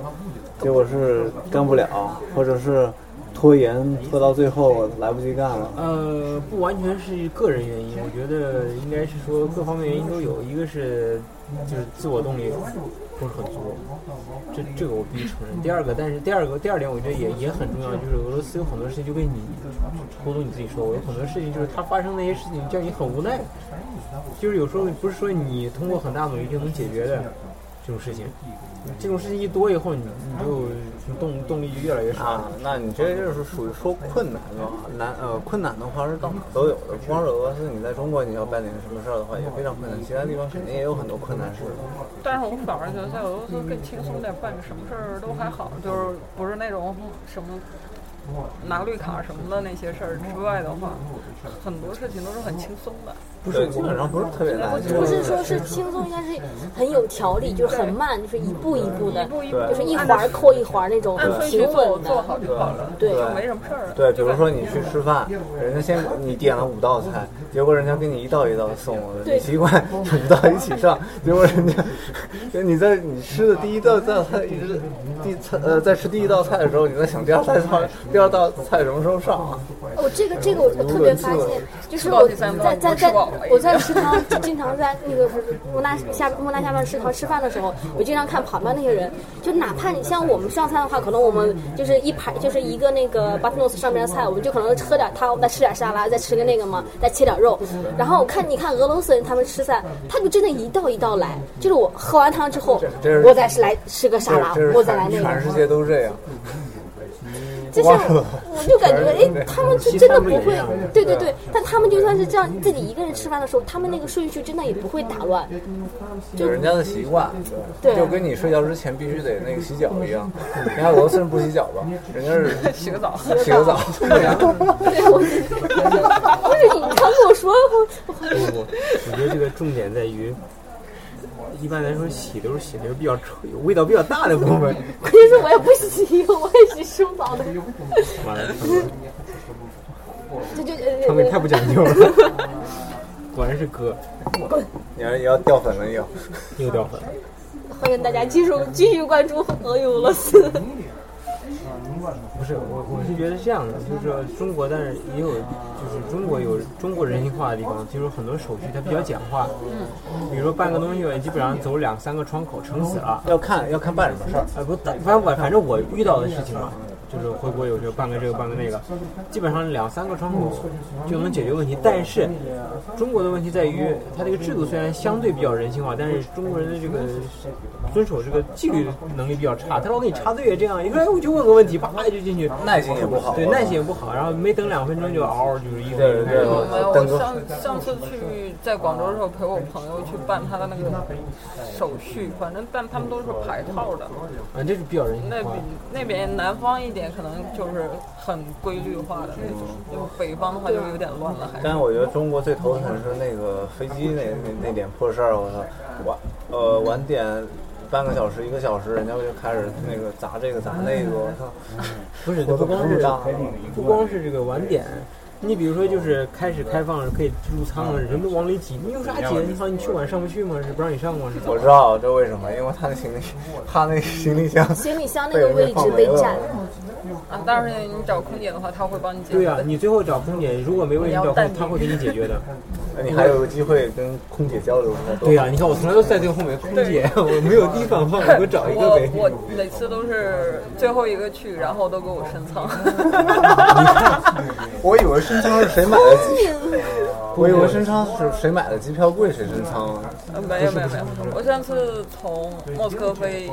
结果是干不了，或者是拖延拖到最后来不及干了。
呃，不完全是个人原因，我觉得应该是说各方面原因都有。一个是就是自我动力不是很足，这这个我必须承认。第二个，但是第二个第二点，我觉得也也很重要，就是俄罗斯有很多事情就跟你胡总你自己说，我有很多事情就是它发生那些事情叫你很无奈，就是有时候不是说你通过很大努力就能解决的这种事情，这种事情一多以后，你你就动动力就越来越少。
啊，那你这就是属于说困难的话，难呃困难的话是到哪儿都有的，不光是俄罗斯，你在中国你要办点什么事儿的话也非常困难，其他地方肯定也有很多困难事。
[LAUGHS] 但是我反而觉得在俄罗斯更轻松点，办个什么事儿都还好，就是不是那种什么拿绿卡什么的那些事儿之外的话，很多事情都是很轻松的。
不是，基本上不是特别难，
不
就是
说是轻松，应该是很有条理，就是很慢，就是一步一步的，
一步一步
就是一
按
环
照
儿扣一环儿那种
按顺序
平
做
稳
做
的。
好就好了，
对
就没什么事儿了。
对，比如说你去吃饭，人家先你点了五道菜，结果人家给你一道一道送，你习惯 [LAUGHS] 五道一起上，结果人家你在你吃的第一道道菜一直第菜呃在吃第一道菜的时候，你在想第二道菜第二道菜什么时候上啊？
哦，这个这个我我特别发现，就是我在在在我在食堂经常在那个木纳下木纳下面食堂吃饭的时候，我经常看旁边那些人，就哪怕你像我们上菜的话，可能我们就是一盘就是一个那个巴特诺斯上面的菜，我们就可能喝点汤，再吃点沙拉，再吃个那个嘛，再切点肉。然后我看你看俄罗斯人他们吃饭，他就真的一道一道来，就是我喝完汤之后，我再是来吃个沙拉
这，是
我再来那
全
个
世。界都这样，
就是我就感觉，哎，他们是真的不会，对对对，但他们就算是这样自己一个人吃饭的时候，他们那个顺序真的也不会打乱，
有人家的习惯，
嗯对
就跟你睡觉之前必须得那个洗脚一样。你看俄罗斯人不洗脚吧？人家
[LAUGHS]
是
洗个澡，
洗个澡，对呀
对我，不是你刚跟我说，我
我我觉得这个重点在于，一般来说洗都是洗那个比较臭、有味道比较大的部分。
关键是我也不洗，我也洗生宝的，
完了，
这就呃
他们太不讲究了。 [LAUGHS] 果然是哥，
[LAUGHS] 你要你要掉粉了又。
又掉粉。
欢迎大家继续继续关注俄语俄罗斯。
不是我，我是觉得这样的，就是说中国，但是也有，就是中国有中国人性化的地方，就是很多手续它比较简化。嗯。比如说办个东西，基本上走两三个窗口，撑死了。
要看要看办什么事儿。
啊，不，反正我反正我遇到的事情嘛，就是回国有时候办个这个办个那个，基本上两三个窗口就能解决问题。但是中国的问题在于，它这个制度虽然相对比较人性化，但是中国人的这个遵守这个纪律能力比较差。他老给你插队，这样一个哎我就问个问题，叭就进去，
耐心也不好
对，耐心也不好，然后没等两分钟就嗷嗷就是一个人开
没
始
有
弄
没有，
等
我
着
上上次去在广州的时候陪我朋友去办他的那个手续，反正办他们都是排号的。
啊，这是比较人性
那
化
比。那边南方一点可能就是很规律化的那种，就北方的话就有点乱了，还是
但是我觉得中国最头疼的是那个飞机那那那点破事儿，我操，晚呃晚点半个小时一个小时，人家就开始那个砸这个砸那个，我
嗯
操，
不是，不光是不光是这个晚点，你比如说就是开始开放可以自助舱了，人都往里挤，你有啥挤的地方？你去晚上不去吗？是不让你上吗？是怎
我
么
知道这为什么，因为他那行李他那行李
[LAUGHS]
箱
行李箱那个位置被占了，
啊，但是你找空姐的话，他会帮你解决。
对呀、你最后找空姐，如果没问题找空，她会给你解决的。
你还有机会跟空姐交流一下。
对呀、你看我从来都在最后面，空姐我没有地方放，我给我找一个 [LAUGHS]
我
呗。
我每次都是最后一个去，然后都给我深仓。
我以为深舱是谁买的机，我以为
我
深舱是谁买的机票贵谁深舱啊。
呃没有没有没有，我上次从莫斯科飞，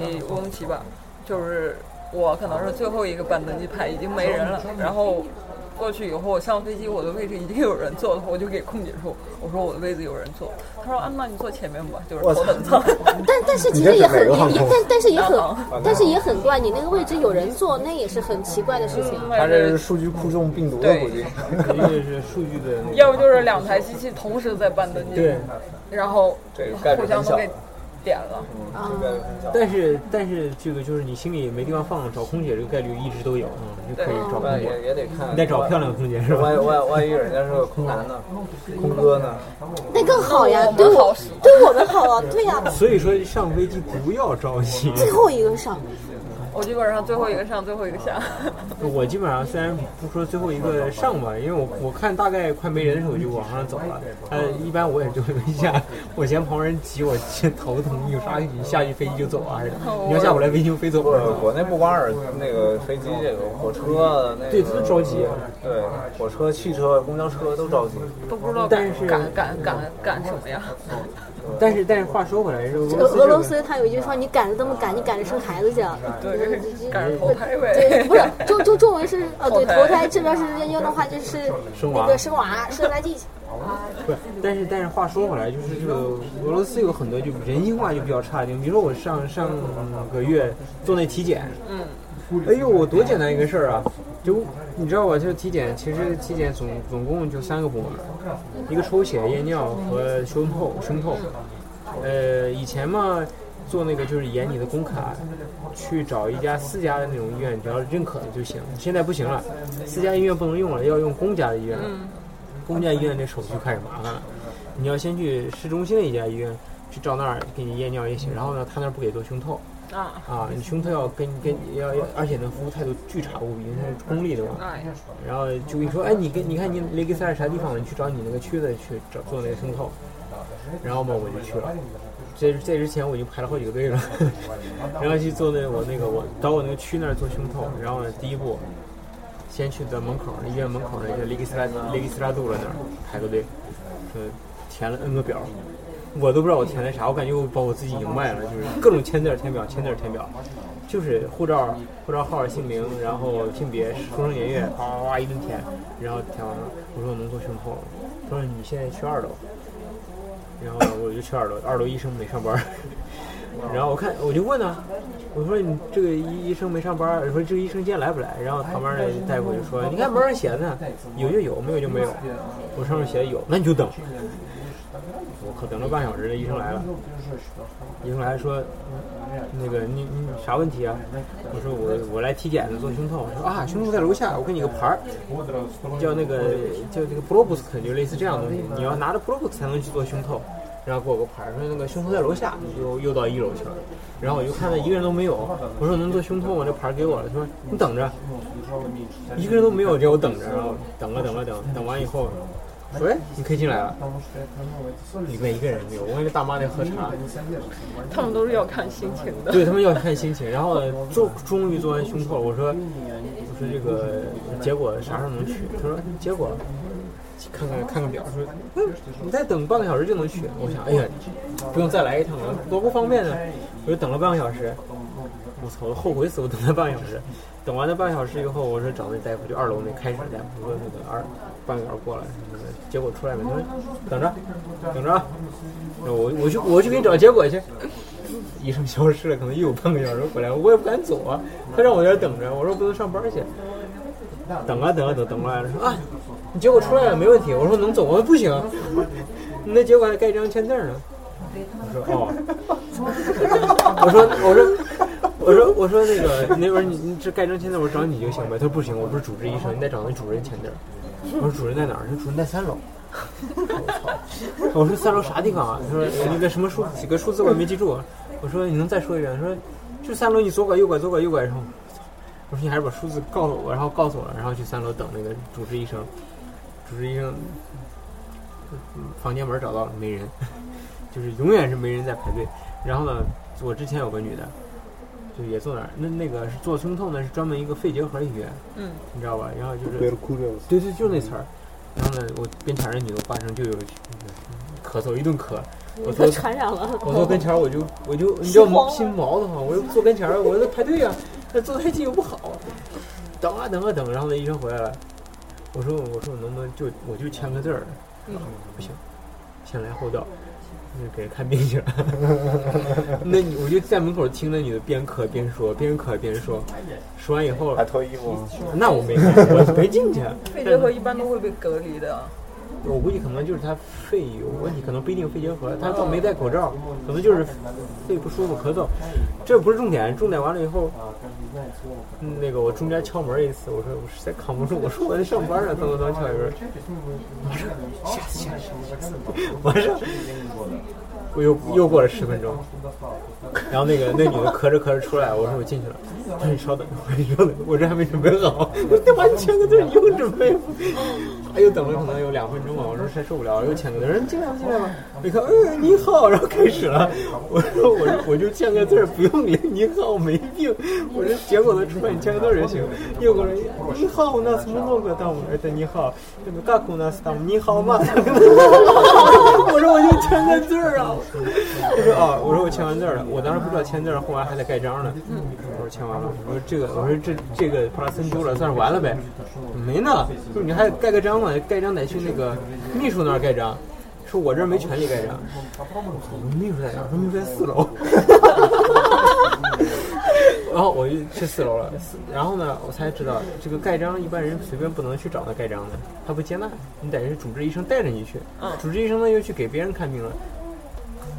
呃乌鲁木齐吧，就是我可能是最后一个板登机牌，已经没人了。然后过去以后，我上飞机，我的位置已经有人坐了，我就给空姐说，我说我的位置有人坐。她说啊，那你坐前面吧，就是头等舱。 [LAUGHS]
但但是其实也很
你这是哪个航
也
空
但但是也很
南
但是也很怪，你那个位置有人坐，那也是很奇怪的事情。
嗯
他这是数据库中病毒的
对
估计。
一个是数据的那
[LAUGHS]
个，
要不就是两台机器同时在办登记
对，
然后
这个概率
互相都
很小
给点了。
但是但是这个就是你心里没地方放，找空姐这个概率一直都有，嗯，就可以找空
那
姐。
也也得看，
你得找漂亮的空姐是吧？
万万万一人家是个空男呢，空哥呢？
那更好呀，对
好
我
使
对我们好啊，对呀，
所以说上飞机不要着急。
最后一个上，
我基本上最后一个上，最后一个下。 [LAUGHS]
我基本上虽然不说最后一个上吧，因为我我看大概快没人的时候我就往上走了。呃，一般我也就一下，我嫌旁边人挤，我先头疼，有啥你下去飞机就走啊？还是你要下不来飞机就飞走
不
吧
是，国内不光是那个飞机，这个火车，啊那个
对，都着急。
对，火车、汽车、公交车都着急。
都不知道
但
赶
是
赶赶赶赶什么呀？
但是但是话说回来，俄
俄
罗斯
俄
这
罗
个
斯他有一句说你赶得这么赶，你赶着生孩子去
[LAUGHS]
啊？
对，赶上投胎
对，
呗。
不是中中中文是呃对
投胎
投胎，这边是要的话就是
生
那
娃
个生娃生来
[LAUGHS]
地去。
不是，但是但是话说回来，就是这个俄罗斯有很多就人性化就比较差的地方。比如说我上上个月做那体检，嗯，哎呦，我多简单一个事儿啊！就你知道吧，就是体检，其实体检总总共就三个部门，一个抽血、验尿和胸透胸透。呃，以前嘛，做那个就是沿你的工卡，去找一家私家的那种医院，只要认可的就行。现在不行了，私家医院不能用了，要用公家的医院了。公家医院这手续开始麻烦了，你要先去市中心的一家医院去找那儿给你验尿液血，然后呢，他那儿不给做胸透
啊，
啊，你胸透要跟跟要要，而且那服务态度巨差无比，因为它是公立的嘛，
哎，
然后就跟你说，哎，你跟你看你雷克萨是啥地方？你去找你那个区的去找做那个胸透。然后嘛，我就去了。这这之前我已经排了好几个队了， [LAUGHS] 然后去做那我那个我到我那个区那儿做胸透，然后呢，第一步先去在门口医院门口那个雷克萨雷克萨杜了那儿排个队，说填了 N 个表，我都不知道我填的啥，我感觉我把我自己赢卖了，就是各种签字儿填表，签字儿填表。就是护照、护照号、姓名，然后性别、出生年月，哗哗哗一顿填，然后填完了，我说我能做胸口，他说你现在去二楼，然后我就去二楼，二楼医生没上班， [LAUGHS] 然后我看我就问他，我说你这个医医生没上班，我说这个医生今天来不来？然后旁边的大夫就说，你看门上写呢，有就有，没有就没有，我上面写的有，那你就等。我靠，等了半小时，医生来了。医生来说，那个你你啥问题啊？我说我我来体检的，做胸透。说啊，胸透在楼下，我给你个牌儿，叫那个叫这个 Probus，就类似这样的东西，你要拿着 Probus 才能去做胸透。然后给我个牌儿，说那个胸透在楼下，又又到一楼去了。然后我就看到一个人都没有，我说能做胸透吗？这牌儿给我了。他说你等着，一个人都没有，叫我等着。然后等了等了等，等完以后。喂，你可以进来了。里面一个人没有，我跟那大妈在喝茶。
他们都是要看心情的。
对他们要看心情，然后做终于做完胸透，我说我说这个结果啥时候能去？他说结果看看看看表，说、嗯、你再等半个小时就能去。我想，哎呀，不用再来一趟了，多不方便呢。我就等了半个小时，我操，我后悔死，我等了半个小时。等完了半小时以后，我说找那大夫，就二楼那开始大夫，我说那个二半个小时过来，结果出来没？他说等着，等着，啊我我去我去给你找结果去。医生消失了，可能又有半个小时回来，我也不敢走啊。他让我在这等着，我说不能上班去。等啊等啊等，等过来了说啊，你结果出来了没问题。我说能走吗？不行，你那结果还盖张签字呢。我说哦，我说我说。我说我说那个那会儿你你这盖章签字我找你就行呗，他说不行，我不是主治医生，你得找那主任签字。我说主任在哪儿？他说主任在三楼。 [LAUGHS] 我操！我说三楼啥地方啊？他说那个什么数几个数字我也没记住。啊我说你能再说一遍？他说就三楼，你左拐右拐左拐右拐。然后我说你还是把数字告诉我，然后告诉我了，然后去三楼等那个主治医生。主治医生嗯房间门找到了没人， [LAUGHS] 就是永远是没人在排队。然后呢，我之前有个女的。就也坐那儿，那那个是做胸透呢，是专门一个肺结核医院，嗯，你知道吧？然后就是
对
对对，就那词儿。然后呢，我跟前儿那女的发生就有咳嗽，一顿咳。
嗯
我坐
传染了。 [LAUGHS]
我坐跟前儿，我就我就你知道毛心毛的慌，我就坐跟前儿，我在排队啊，那坐太近又不好。等啊等啊等，然后那医生回来了，我说我说我能不能就我就签个字儿？嗯，不行，先来后到。就给看病去了， [LAUGHS] 那你我就在门口听那女的边咳边说，边咳边说，说完以后
还脱衣服，
那我没我没进去。啊
肺结核一般都会被隔离的，
我估计可能就是他肺有问题，可能不一定肺结核，他倒没戴口罩，可能就是肺不舒服咳嗽，这不是重点，重点完了以后，嗯那个我中间敲门一次，我说我实在扛不住，我说我在上班呢，噔噔噔敲一门，完事吓死吓死，完事。我又又过了十分钟，然后那个那女的咳着咳着出来，我说我进去了，她说你稍等，我说稍等，我这还没准备好，我他妈签个字你又准备，哎呦等了可能有两分钟吧，我说实在受不了，又签个字，人进来进来吧，你看，嗯、哎、你好，然后开始了，我说我说我就签个字不用你你好没病，我说结果都出来你签个字就行，又过来你好，那什么那个当我的哎你好，那个大姑那是当你好嘛， [LAUGHS] 我说我就签个字啊。我说啊，我说我签完字了，我当时不知道签字儿，后来还得盖章呢。我说签完了，我说这个，我说这这个帕拉森丢了，算是完了呗。没呢，就是你还得盖个章嘛，盖章得去那个秘书那儿盖章。说我这儿没权利盖章。我说秘书在哪？说秘书在四楼。 [LAUGHS] 然后我就去四楼了，然后呢，我才知道这个盖章一般人随便不能去找那盖章的，他不接纳，你得是主治医生带着你去。主治医生呢又去给别人看病了。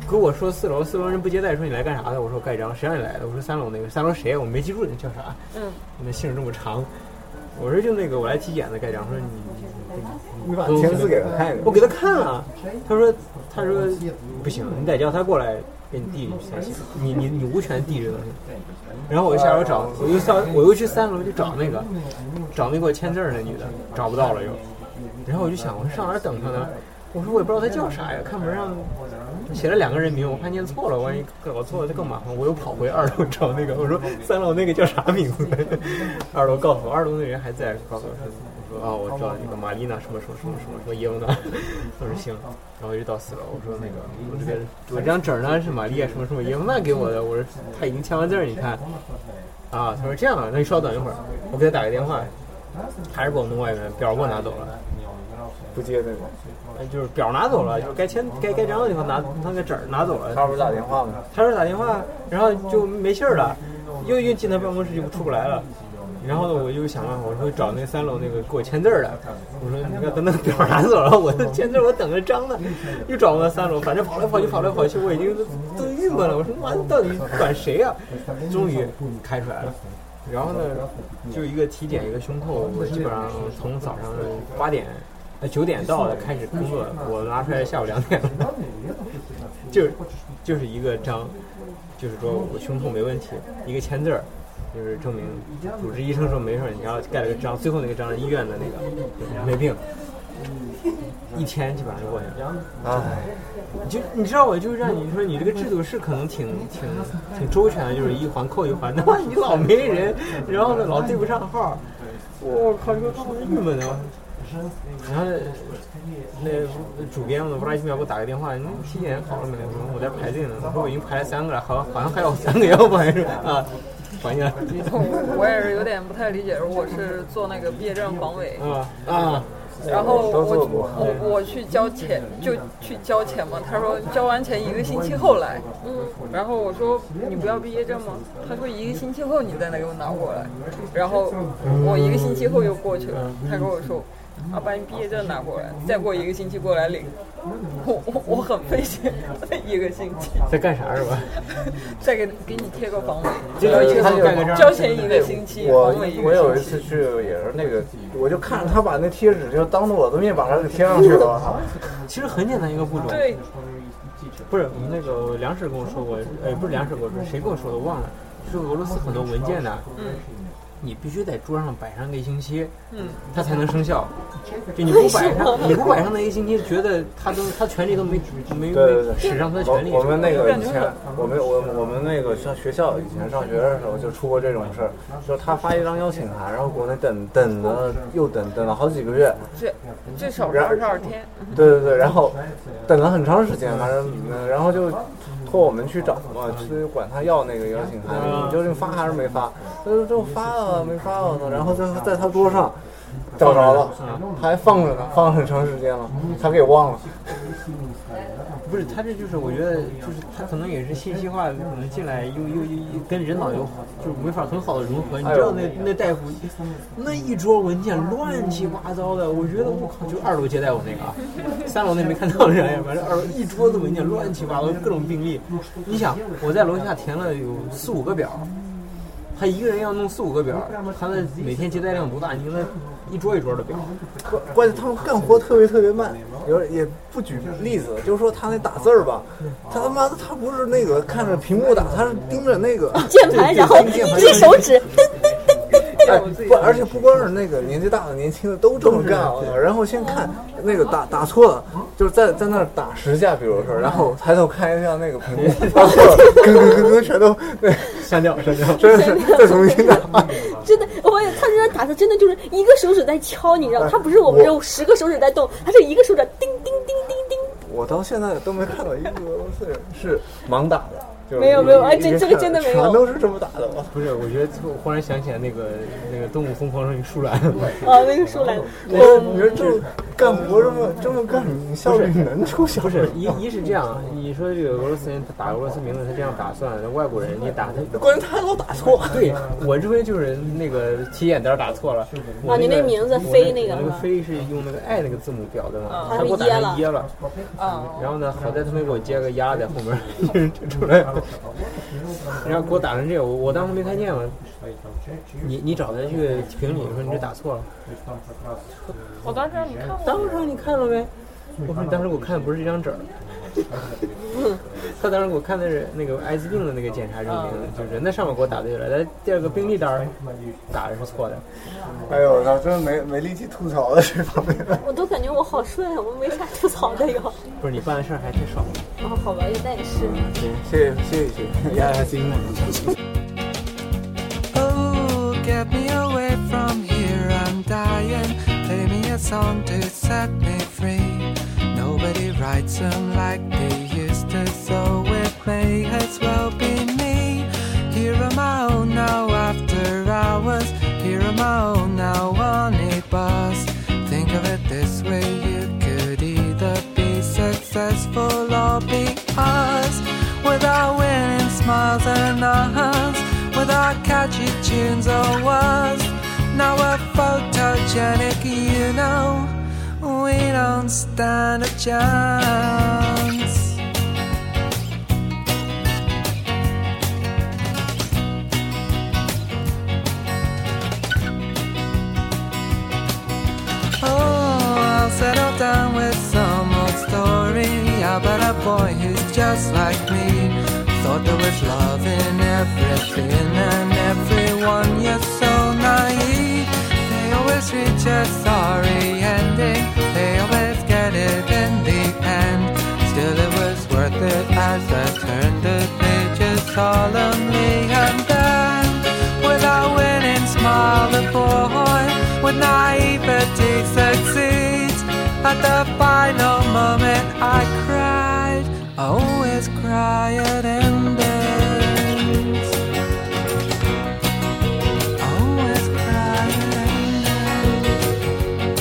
跟我说四楼，四楼人不接待，说你来干啥的？我说盖章，谁让你来的？我说三楼那个，三楼谁？我没记住你叫啥。嗯，那姓这么长，我说就那个我来体检的盖章，说你
你把签字给他看，
我给他看了，他说他说不行，你得叫他过来给你递才行，你你你无权递这东西。然后我就下楼找，我又上我又去三楼去找那个找那给我签字那女的，找不到了又，然后我就想我上哪等她呢？我说我也不知道他叫啥呀，看门上写了两个人名，我怕念错了，万一搞错了就更麻烦。我又跑回二楼找那个，我说三楼那个叫啥名字？ [LAUGHS] 二楼告诉我，二楼那人还在，告诉我说，我说啊、哦，我知道那个玛丽娜什么什么什么什么什么耶娜，我说行，然后就到四楼，我说那个我这个文章整呢是玛丽亚啊什么什么耶娜给我的，我说他已经签完字儿，你看。啊，他说这样啊，那你稍等一会儿，我给他打个电话，还是给我弄外面，表给我拿走了，
不接那种。
哎，就是表拿走了，就是该签该盖章的地方拿那个纸拿走了。
他不是打电话吗？
他说打电话，然后就没信儿了，又又进他办公室就出不来了。然后呢，我就想办法，我说找那三楼那个给我签字的，我说你要等等表拿走了，我的签字我等着章呢，又找不到三楼，反正跑来跑去跑来跑去，我已经都郁闷了，我说妈到底管谁啊？终于开出来了，然后呢，就一个体检一个胸扣，我基本上从早上八点。呃九点到了，开始工作，我拿出来下午两点了，就就是一个章，就是说我胸痛没问题，一个签字儿，就是证明主治医生说没事儿，你要盖了个章，最后那个章是医院的那个没病，一天基本上就过去了。
哎，
就你知道，我就让你说你这个制度是可能挺挺挺周全的，就是一环扣一环的， [LAUGHS] 你老没人，然后呢老对不上号，我靠，这个郁闷啊的。然后那主编我不拉几秒给我打个电话，你体检好了没？我说我在排队呢，我说我已经排了三个了，好像好像还有三个要排是啊，缓下来。
我也是有点不太理解，我是做那个毕业证防伪，
啊 [LAUGHS] 啊，
然后我我我去交钱就去交钱嘛，他说交完钱一个星期后来，嗯，然后我说你不要毕业证吗？他说一个星期后你再来给我拿过来，然后我一个星期后又过去了，他跟我说。啊，把你毕业证拿过来，再过一个星期过来领。我我我很费心，一个星期。
在干啥是吧？
再给给你贴个防伪，
这个他有
交钱一个星期，
我
防伪一
我
个
有一
星期。
次去也是那个，我就看着他把那贴纸就当着我的面把它给贴上去了，我操！
其实很简单一个步骤。
对，
不是我们那个梁婶跟我说过，呃，不是梁婶跟我说，谁跟我说的我忘了，就是俄罗斯很多文件呢，你必须在桌上摆上个一星期，
嗯，
它才能生效。就你不摆上，你不摆上那一星期，觉得他都他权利都没没
对对对
没使上他的权利。
我我们那个以前，我们我我们那个上学校以前上学的时候就出过这种事儿，就是他发一张邀请函，然后国内等等了又等等了好几个月，
最最少是二十二天。
对对对，然后等了很长时间，反正嗯然后就托我们去找嘛，去管他要那个邀请函，你究竟发还是没发？他说这发了没发了呢，然后在在他桌上找着了，
嗯
还放着呢，放了很长时间了，他给忘了。
不是，他这就是我觉得，就是他可能也是信息化，可能进来又又又又跟人脑又就是没法很好的融合。你知道那那大夫那一桌文件乱七八糟的，我觉得我靠，就二楼接待我那个啊，三楼那没看到人呀，反正二楼一桌子文件乱七八糟，各种病例。你想我在楼下填了有四五个表，他一个人要弄四五个表，他的每天接待量多大？你看那一桌一桌的表，
关关键他们干活特别特别慢，有也不举例子，就是说他那打字儿吧，
嗯
他他妈的他不是那个看着屏幕打，他是盯着那个
键盘，然后一
键盘
只手指 [LAUGHS] 噔噔噔。
[LAUGHS] 哎，不，而且不光是那个年纪大的、年轻的都这么干啊。然后先看那个打打错了，就是在在那儿打十下，比
嗯
如说，然后抬头看一下那个屏
[LAUGHS]
幕，打错了，咯咯咯咯，全都那
删掉删掉。
真是再重新打。
真的，我也他这张打字真的就是一个手指在敲，你知道，他不是我们这种十个手指在动，他是一个手指叮叮叮叮叮。
我到现在都没看到一个俄罗斯人是盲打的，就是
[LAUGHS] 没有没有哎
一
这
一
这个
看
真的没有
全都是这么打的。我
不是，我觉得我忽然想起来那个那个《动物疯狂》上那个舒兰，
啊，那个书来，
我你说这么干活这么这么干，你效率能出小
[LAUGHS] 不是一一是这样，啊你说这个俄罗斯人他打俄罗斯名字，他这样打算，那外国人你打他。
关键他老打错。
对，我这边就是那个体检单打错了。我
啊你
那
那
个
名字
我
飞那个
我那
是
个
吧
飞是用那个爱那个字母表的嘛，
啊
他给我打
噎了
成噎了。
啊，
然后呢，好在他没给我接个压在后面， [LAUGHS] 就出来了。然后给我打成这个，我我当时没看见嘛。你你找他去评理，说你这打错了。
我当时让你看我，
当时你看了没？我说你当时给我看的不是这张纸儿，他当时给我看的是那个艾滋病的那个检查证明，就人在上面给我打对了，但第二个病历单儿打的是错的。
哎呦，我操，真没没力气吐槽了这方面。
我都感觉我好顺，我没啥吐槽的哟。
不是你办的事儿还挺少。
哦，好吧，那也是。
行，谢谢谢谢，压压惊了。
Oh, get me away from here, I'm dying. Play me a song to set me free. Nobody writes them like they used to, so it may as well be me. Here am I, oh now, after hours. Here am I, oh now, on a bus. Think of it this way, you could either be successful or be us. With our winning smiles and our hugs with our catchy tunes or was. Now we're photogenic, you know, we don't stand a chance. Oh, I'll settle down with some old story about a boy who's just like me. Thought there was love in everything and everyone, you're so naive. They always reach a sorry ending, they always get it in the end. Still, it was worth it as I turned the pages solemnly and then, with a winning smile, the boy with naivety succeeds. At the final moment, I cried. I always cry at endings. I always cry at endings.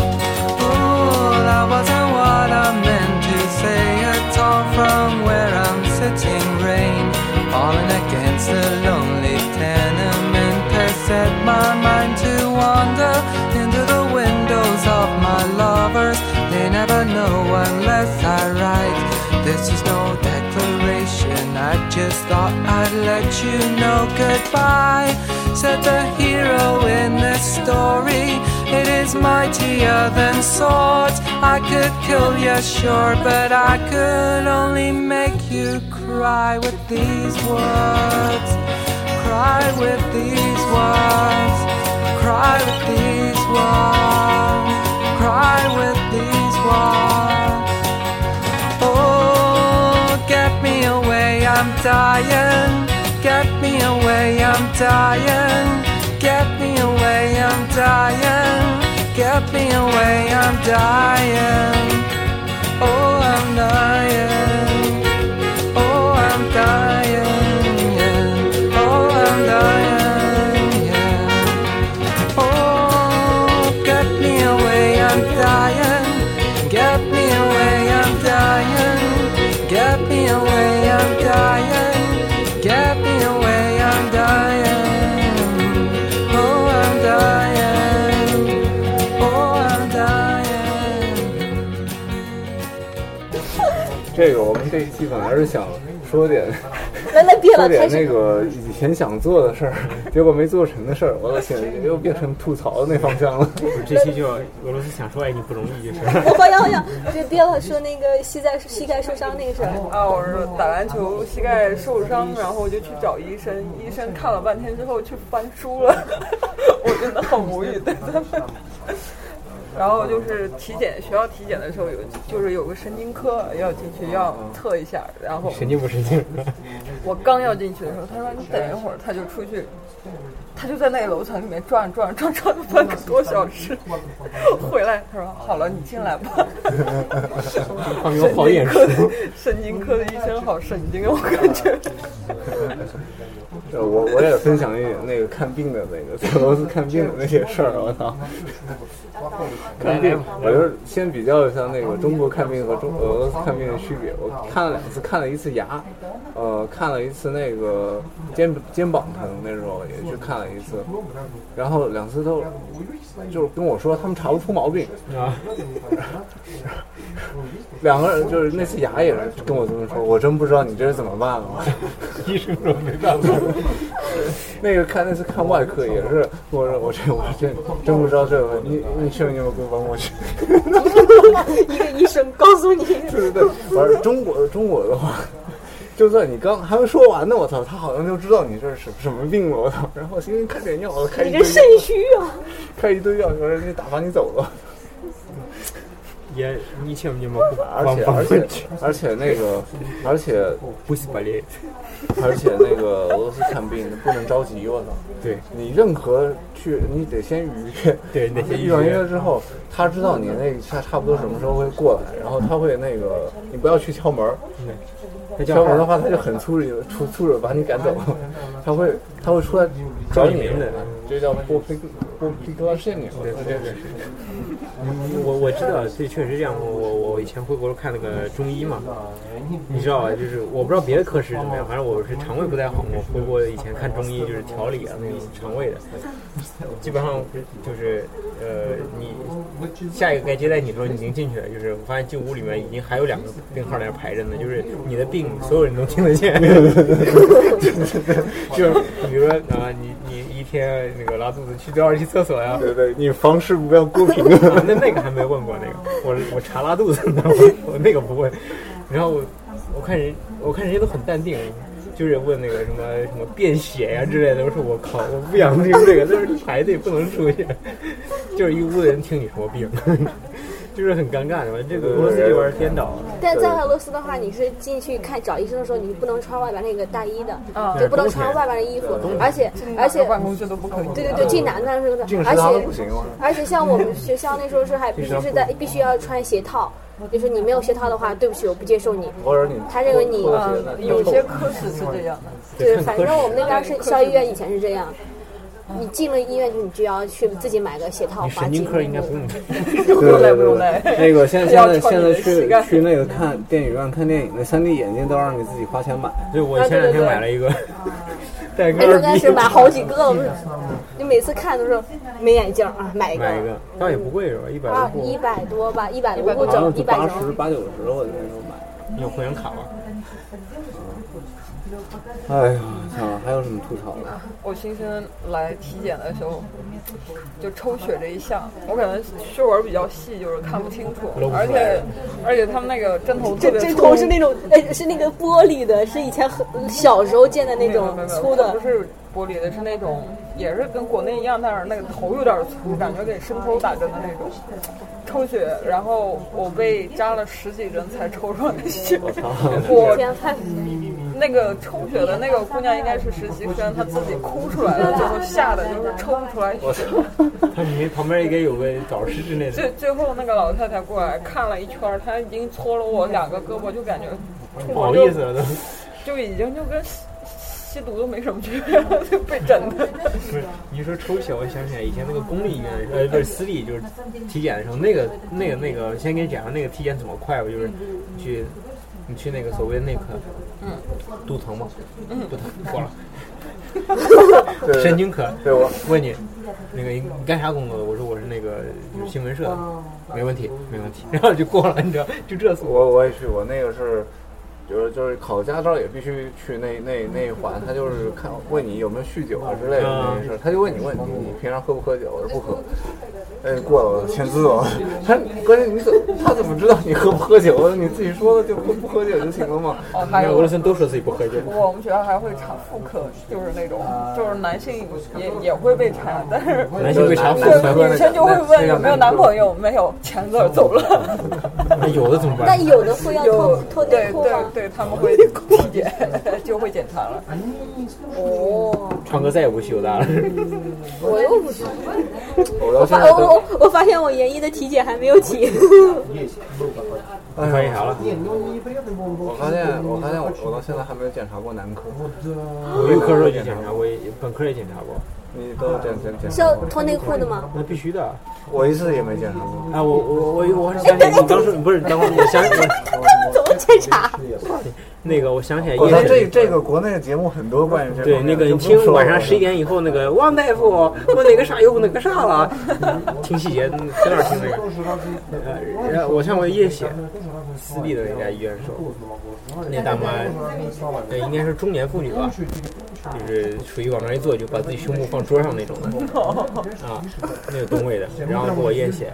Oh, that wasn't what I meant to say at all. From where I'm sitting, rain falling against the lonely tenement has set my mind to wander into the windows of my lovers. They never know unless I write. This is no declaration. I just thought I'd let you know goodbye. Said the hero in this story. It is mightier than swords. I could kill you, sure, but I could only make you cry with these words. Cry with these words. Cry with these words. Cry with these words. Oh, get me away, I'm dying. Get me away, I'm dying. Get me away, I'm dying. Get me away, I'm dying. Oh, I'm dying. Oh, I'm dying. yeah. Oh, I'm dying. yeah. Oh, get me away, I'm dying. Get me away, I'm dying. Get me away, I'm dying. Get me away, I'm dying. Oh, I'm dying. Oh, I'm dying.
这个我们这一期本来是想说点
原来变
说
了，开
点
始
那个以前想做的事儿，结果没做成的事儿，我的天，又变成吐槽的那
[LAUGHS]
方向了。
不是这期就要俄罗斯想说爱你不容易，就是
我 [LAUGHS] 好像好像对憋了说那个膝盖膝盖受伤那个事儿，
啊，我是打篮球膝盖受伤，然后我就去找医生，医生看了半天之后去翻书了， [LAUGHS] 我真的很无语，对他们。然后就是体检，学校体检的时候有，就是有个神经科要进去要测一下，然后
神经不神经？
我刚要进去的时候，他说你等一会儿，他就出去，他就在那个楼层里面转啊转啊转啊转了半个多小时， [LAUGHS] 回来他说好了，你进来 [LAUGHS] 吧。
[LAUGHS]
放给我好眼熟。
[LAUGHS] 神经科的医生好神经，啊我感觉。
呃我我也分享一点那个看病的那个在俄罗斯看病的那些事儿，我操！看病，我就是先比较一下那个中国看病和中俄罗斯看病的区别。我看了两次，看了一次牙，呃，看了一次那个肩肩膀疼，那时候也去看了一次，然后 [LAUGHS] 两次都就是跟我说他们查不出毛病，
啊，
两个人就是那次雅也是跟我这么说，我真不知道你这是怎么办了。
医生说没办法。
那个看那次看外科也是，我说我这我这真不知道这个，你你去你有给我帮我去。
一个医生告诉你，
对对对，玩中国中国的话，就算你刚还没说完呢，我操，他好像就知道你这是什什么病了，我操。然后行行开点药，开
你
一堆
这肾
药，
虚啊！
开一堆药，说人家打发你走了。
也一切你们不
而且而且而且那个，而且
不是白列，
而且那个俄罗斯看病不能着急，我操！
对
你任何去，你得先预约。
对得先预约
预完约之后，他知道你那差差不多什么时候会过来，然后他会那个，你不要去敲门儿，
嗯他
敲
叫
门儿的话他就很粗鲁，粗粗鲁地把你赶走，他会他会出来找
叫你
你
名字，
这叫波皮波皮格拉什尼，
对对对，我我知道，对，确实这样。我我以前回国看那个中医嘛，你知道吧？就是我不知道别的科室怎么样，反正我是肠胃不太好。我回国以前看中医就是调理啊，那种肠胃的，基本上就是呃，你下一个该接待你的时候，你已经进去了。就是我发现进屋里面已经还有两个病号在那排着呢，就是你的病所有人都听得见。 [LAUGHS] 就是比如说啊，你你一天那个拉肚子去多少去厕所呀？
对对，你房事不要孤僻。
[LAUGHS] 啊，那那个还没问过那个，我我查拉肚子呢，我我那个不会。然后我我看人，我看人家都很淡定，就是问那个什么什么便血呀、之类的，我说我靠，我不想听这个，但是排队不能出去，就是一屋子人听你说病， [LAUGHS] 就是很尴尬的嘛。这个俄罗斯这边儿颠倒，
但在俄罗斯的话，你是进去看找医生的时候，你不能穿外边那个大衣的，
嗯
啊
就不能穿外边的衣服，而且而
而
且
且办公室都不可以。
对对对，进男的是不是？而
食堂都
且
不行啊吗
而且像我
[LAUGHS]
们学校那时候是还必须是在必须要穿鞋套，就是你没有鞋套的话，对不起，我不接受你。
或者你
他认为你嗯
脱
啊
了鞋那
有些科室是这样
[LAUGHS]
的。
对，
看
反
科
正
室
我们那边是校医院以前是这样。你进了医院，你就要去自己买个鞋套、
你
花
神经
镜。
科应该不用
不用来不用来 [LAUGHS]
那个现在
要
现在
穿
现
你
在
的嗯
去
膝盖
去那个看电影院看电影，那 3D 眼镜都让你自己花钱买。
对，
啊
我前两天
[LAUGHS]
买了一个戴个
哎，
耳
应该
机
是，买好几个了，不是？你每次看都是没眼镜啊，买一个。
买一个，倒也不贵是吧？一百多
啊，
步，
一百多吧，一百
100
多
多
好
整
像
一
就
百
八十
整。
八九十，我那时候买。
你有会员卡吗？
哎呀，操！还有什么吐槽的？
我新鲜来体检的时候，就抽血这一项，我感觉血管比较细，就是看不清楚
露不，出来
而且而且他们那个针头特
这
别
这
粗
头是那种，哎，是那个玻璃的，是以前很小时候见的那
没有
种
没有没有
粗的
不。是玻璃的，是那种也是跟国内一样，但是那个头有点粗，感觉给深沟打针的那种。抽血，然后我被扎了十几针才抽出来血。我
天，太
那个抽血的那个姑娘应该是实习生，她自己哭出来了，最后吓得就是抽不出来血。
他你旁边应该有个导师之类的。
最最后那个老太太过来看了一圈儿，她已经搓了我两个胳膊，就感觉
不好意思了都。
就已经就跟吸吸毒都没什么区别了，就被整的。
不是，你说抽血，我想起来以前那个公立医院，呃，不是私立，就是体检的时候，那个那个那个，先给你讲讲那个体检怎么快吧，就是去你去那个所谓的内科，嗯，肚疼吗？嗯，不疼，过了。神经科，
对我
问你，那个你你干啥工作的？我说我是那个就是新闻社的，没问题，没问题，然后就过了，你知道，就这速度。
我我也去，我那个是，就是就是考驾照也必须去那那那一环，他就是看问你有没有酗酒啊之类的那些事儿，他就问你问你你平常喝不喝酒？我说不喝。哎，过了，我签字了。 [LAUGHS] 他关键你怎他怎么知道你喝不喝酒？啊你自己说的就不不喝酒就行了嘛。
哦，还
那俄
有
罗斯人都说自己不喝 [LAUGHS] 酒，
我们学校还会查妇科，就是那种，就是男性也也会被查，但是
啊男性被查妇科
女生就会问有没有男朋友，没有，前座走
[LAUGHS]
了。
那哎有的怎么办？
但有的会要脱脱内
对
裤啊
对
吗？
对，
[LAUGHS]
他们会体检，就会检查了。
哦，
川哥再也不去犹大了。
我又不知道。
我到
我
现
发
在
我
都
我我发现我研一的体检还没有体。
你发现啥了？
我发现我发现我我到现在还没有检查过男科，
我预科时候就检查过，也本科也检查过，
你都检检检
是
查
要
过吗？
脱内裤的吗？
那必须的。
我一次也没检查过。
哎
哎
啊，我我我我很想起你当时不是，等会儿我想起
怎么这茬？
那个我想起来，
我
夜
操，
神
这哦这个国内的节目很多关于这
对
方
那
面
个
的
你
就不用
听
说
晚
了
上十一点以后那个王大夫，我哪个啥有哪个啥了，听细节嗯真好听那个。呃，然后我上过夜血，私立的那家医院时候，那大妈，呃，应该是中年妇女吧，就是属于往那儿一坐就把自己胸部放桌上那种的。啊，那个东北的，然后给我验血。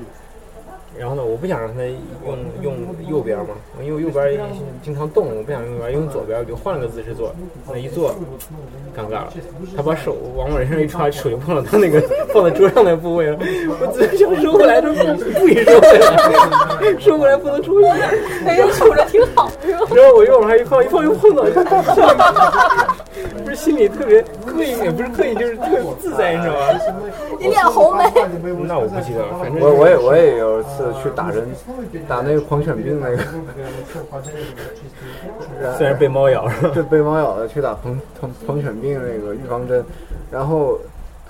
然后呢，我不想让他用用右边嘛，因为右边也经常动，我不想用右边，用左边，我就换了个姿势坐，那一坐尴尬了。他把手往我身上一抓，手就碰到他那个放在桌上那部位了。我自己想收回来，他不许收回来，收回来不能出去。
哎呦，处着挺好，是吧？
然后我又往上一放，一放又碰到，不是心里特别刻意，也不是刻意，就是特别自在，你知道吗？
你脸红没？
那我不记得了，反正
我我也我也有一次去打针，打那个狂犬病那个，然
虽然被猫咬了。
对被猫咬的去打狂狂狂犬病那个预防针，然后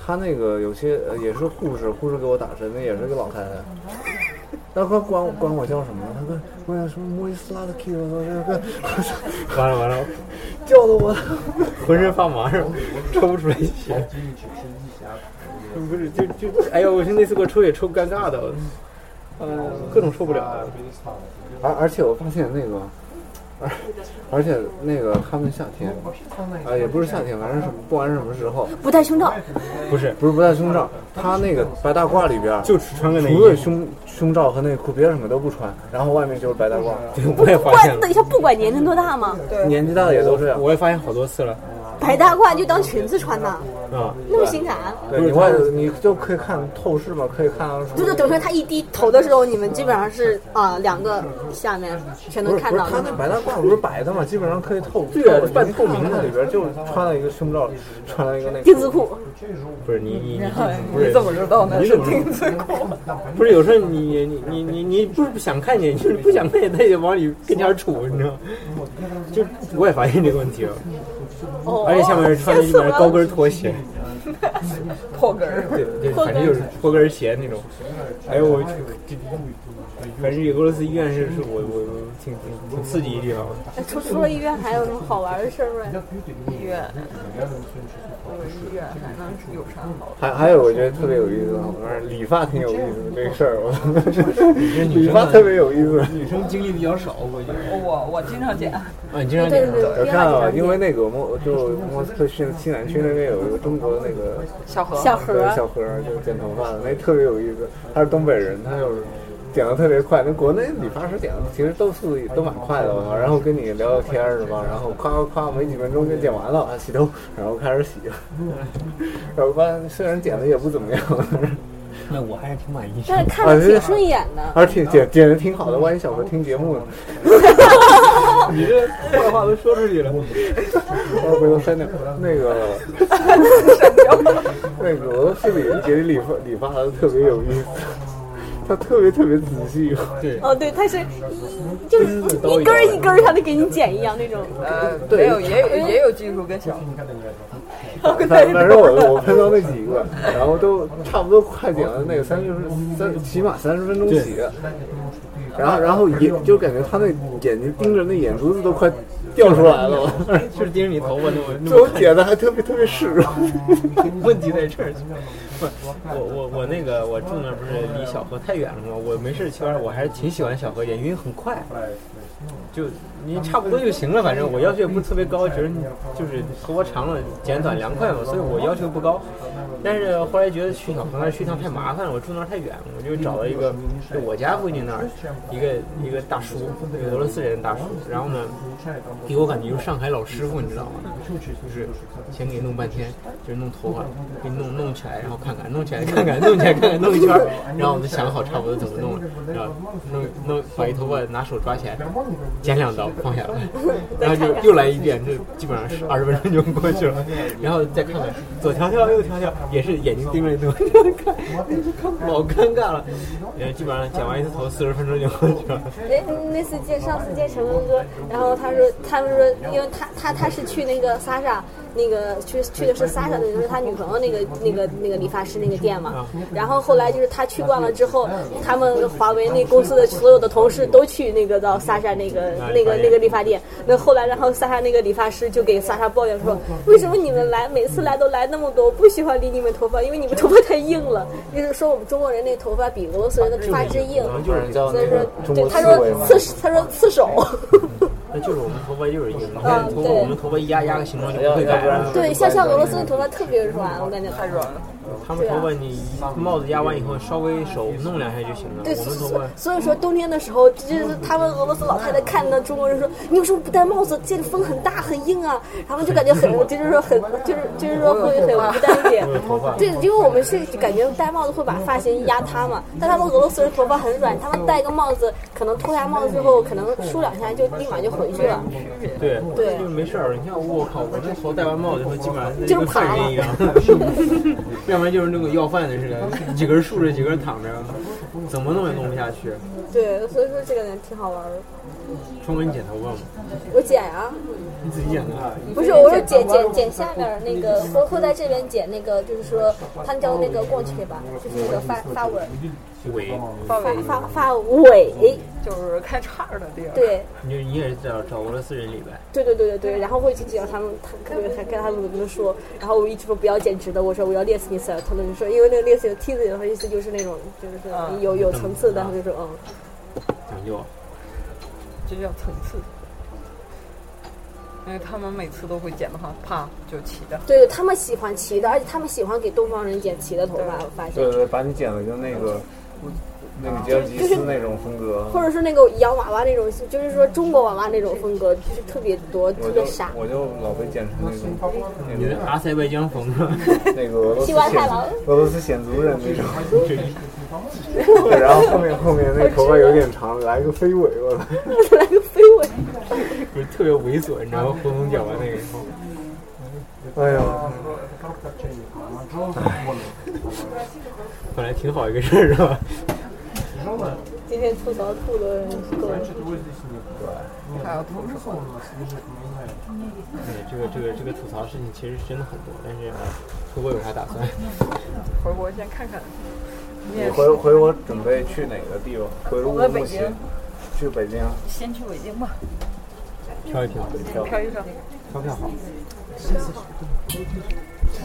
他那个有些呃也是护士，护士给我打针，那也是个老太太。他管管管我叫什么？他跟我叫什么莫伊斯拉的 Q，我说哎我说 [LAUGHS]
完了完了，
叫的我
浑身发麻，是吧？抽不出来血。不是，就就，哎呀，我是那次给我抽血抽尴尬的，呃，各种受不了。
而而且我发现那个，而而且那个他们夏天，啊、也不是夏天，反正什么不管是什么时候，
不戴胸罩，
不是，
不是不戴胸罩，他那个白大褂里边儿
就只穿个内
除了
衣，
胸胸罩和内裤，别的什么都不穿，然后外面就是白大褂。
我也发现
管
了
等一，下，不管年龄多大嘛，
年纪大的也都这样。
我也发现好多次了
白大褂就当裙子穿呐，
啊。
那么性感。
对，你外你就可以看透视嘛，可以看到什么。
就是等于说他一低头的时候，你们基本上是啊、两个下面全
不
能
是
看
不是，
到
他那
的。
白大褂不是白的嘛，基本上可以透。
对啊
透
半透明的
你看里边就穿了一个胸罩，穿了一个内裤。
丁字裤，
不是你你你不
你
是
怎么知道那
你
是
怎么
钉子
[LAUGHS]
裤？
不是有时候你你你你你不是不想看见，就是不想看见，他也往你跟前杵，你知道吗？就我也发现这个问题了，
哦
而且下面穿的一边高跟拖鞋。
破跟儿。
对对，反正就是坡跟鞋那种。哎呦我去，这反正这俄罗斯医院是是我我我挺挺挺刺激的地方。
哎除除了医院还有什么好玩的事儿吗？
医院，我们医院还能有啥好？
还还有我觉得特别有意思的，我说理发挺有意思的这个事儿，我理发特别有意思。
女生经历比较少，我觉得。
我我经常剪，
啊，你经常
对对对，约
我看
了
到，
几
因
张
为那个莫就莫斯科西西南区那边有一个中国的那个
小何
小盒
对
儿，
小何儿就是剪头发的，那特别有意思。他是东北人，他就是剪得特别快。那国内理发师剪的其实都速度都蛮快的嘛，然后跟你聊聊天儿是吧？然后夸夸夸，没几分钟就剪完了，啊洗头，然后开始洗。 [LAUGHS] 然后发现虽然剪的也不怎么样，
那我还是挺满意。
但是看着挺顺眼
啊
的。
而且剪剪的挺好的。万一小何听节目呢？
你这坏话都说出去了。
我回头删掉那个，那个俄罗斯理给理发理发的特别有意思，他特别特别仔细。
对，
哦，对，他是就是一根儿一根儿，他都给你剪一样那种。
呃，
对
没有也有也有技术跟小何，
反反正我我碰到那几个，然后都差不多快剪了那个三十三，起码三十分钟起。然后，然后眼就感觉他那眼睛盯着那眼珠子都快掉出来了，
[LAUGHS] 就是盯着你头发那么那
最后
么看。
剪的还特别特别湿润。
[LAUGHS] 问题在这儿，不，我我我那个我住那不是离小河太远了吗？我没事去玩，我还是挺喜欢小河也，因为很快，就你差不多就行了。反正我要求也不是特别高，觉得你就是头发长了剪短凉快嘛，所以我要求不高。但是后来觉得去小河那儿去趟太麻烦了，我住那儿太远，我就找了一个就我家附近那儿一个一个大叔，一个俄罗斯人大叔，然后呢。给我感觉就是上海老师傅，你知道吗？就是先给你弄半天，就是弄头发，给你弄弄起来，然后看看，弄起来看看，弄起来看看，弄一圈儿，然后我们想好差不多怎么弄了，然后弄弄把一头发拿手抓起来，剪两刀，放下来，然后就又来一遍，这基本上是二十分钟就过去了，然后再看看左调调右调调，也是眼睛盯着左调 [LAUGHS] 看，看老尴尬了，然后基本上剪完一次头四十分钟就过去了。
那哎那次见上次见陈文哥，然后他说他们说，因为他他他是去那个萨莎那个去去的是萨莎的，就是他女朋友那个那个那个理发师那个店
啊
嘛，然后后来就是他去惯了之后，他们华为那公司的所有的同事都去那个到萨莎那个
啊
那个那个理发店，那后来然后萨莎那个理发师就给萨莎抱怨说，为什么你们来每次来都来那么多，我不喜欢理你们头发，因为你们头发太硬了，就是说我们中国人那头发比俄罗斯人的发质硬，
啊就是
所以说对他说刺他说刺手。 [LAUGHS]
那就是我们头发就是硬，你看头发我们头发一压压个形状就不会改了。
嗯对，嗯像像俄罗斯的头发特别软，我感觉
太软了。
他们头发你帽子压完以后，稍微手弄两下就行了。
对，
我
所
们头发
所以说冬天的时候，就是他们俄罗斯老太太看到中国人说：“你为什么不戴帽子？这风很大很硬啊！”他们就感觉很， [LAUGHS] 就是说很，就是就是说会很无奈一点。对，因为我们是感觉戴帽子会把发型压塌嘛，但他们俄罗斯人头发很软，他们戴个帽子，可能脱下帽子之后，可能梳两下就立马就回去了。
对
对
就是没事儿。你看，我靠，我这头戴完帽子以后，基本上
就是
跟犯人一样，
[LAUGHS]
要不然就是那种要饭的似的，几个人竖着，几个人躺着，怎么弄也弄不下去。
对，所以说这个人挺好玩的。
春文，你剪头发吗？
我剪啊，
你自己剪的啊？
不是，我是剪剪剪下面儿那个，会会在这边剪那个，就是说他们叫那个过去吧，就是那个发发尾儿，
尾，
范围
发发尾，哎
就是开叉的地儿。，
对
你就你也是找找俄罗斯人理呗？
对对对对对，然后会去剪他们，他跟跟他们怎么说，然后我一直说不要剪直的，我说我要练 Smith，他们就说因为那个练 Smith 的话意思就是那种就是
啊
说有有层次的，他们就说嗯。
讲究。
这叫层次。因为他们每次都会剪的话，啪就齐的。
对，他们喜欢齐的，而且他们喜欢给东方人剪齐的头发，我发现。
对对，把你剪的跟那个那个吉尔吉斯那种风格。
啊或者是那个洋娃娃那种，就是说中国娃娃那种风格，就是特别多，特
我
别
就
傻。
我就老被剪成那种
你的阿塞拜疆风，
那个俄罗斯
嗯西瓜太
显
郎
俄罗斯显族人那种，对然后后面后面那头发有点长，来个飞尾巴，
来个飞吻，
就是特别猥琐，你知道吗？轰隆讲完那个以后，嗯
哎呦，
哎本来挺好一个事儿，是吧？
今天吐槽吐的够了。
还有同事后，
对，哎这个这个这个吐槽的事情其实真的很多，但是回国有啥打 [LAUGHS] 算？
回国先看看。你
你
也
回
是，
回我准备去哪个地方？回乌鲁木齐，去北京，
先去北京吧，
挑一挑，
挑一挑。
挑票好。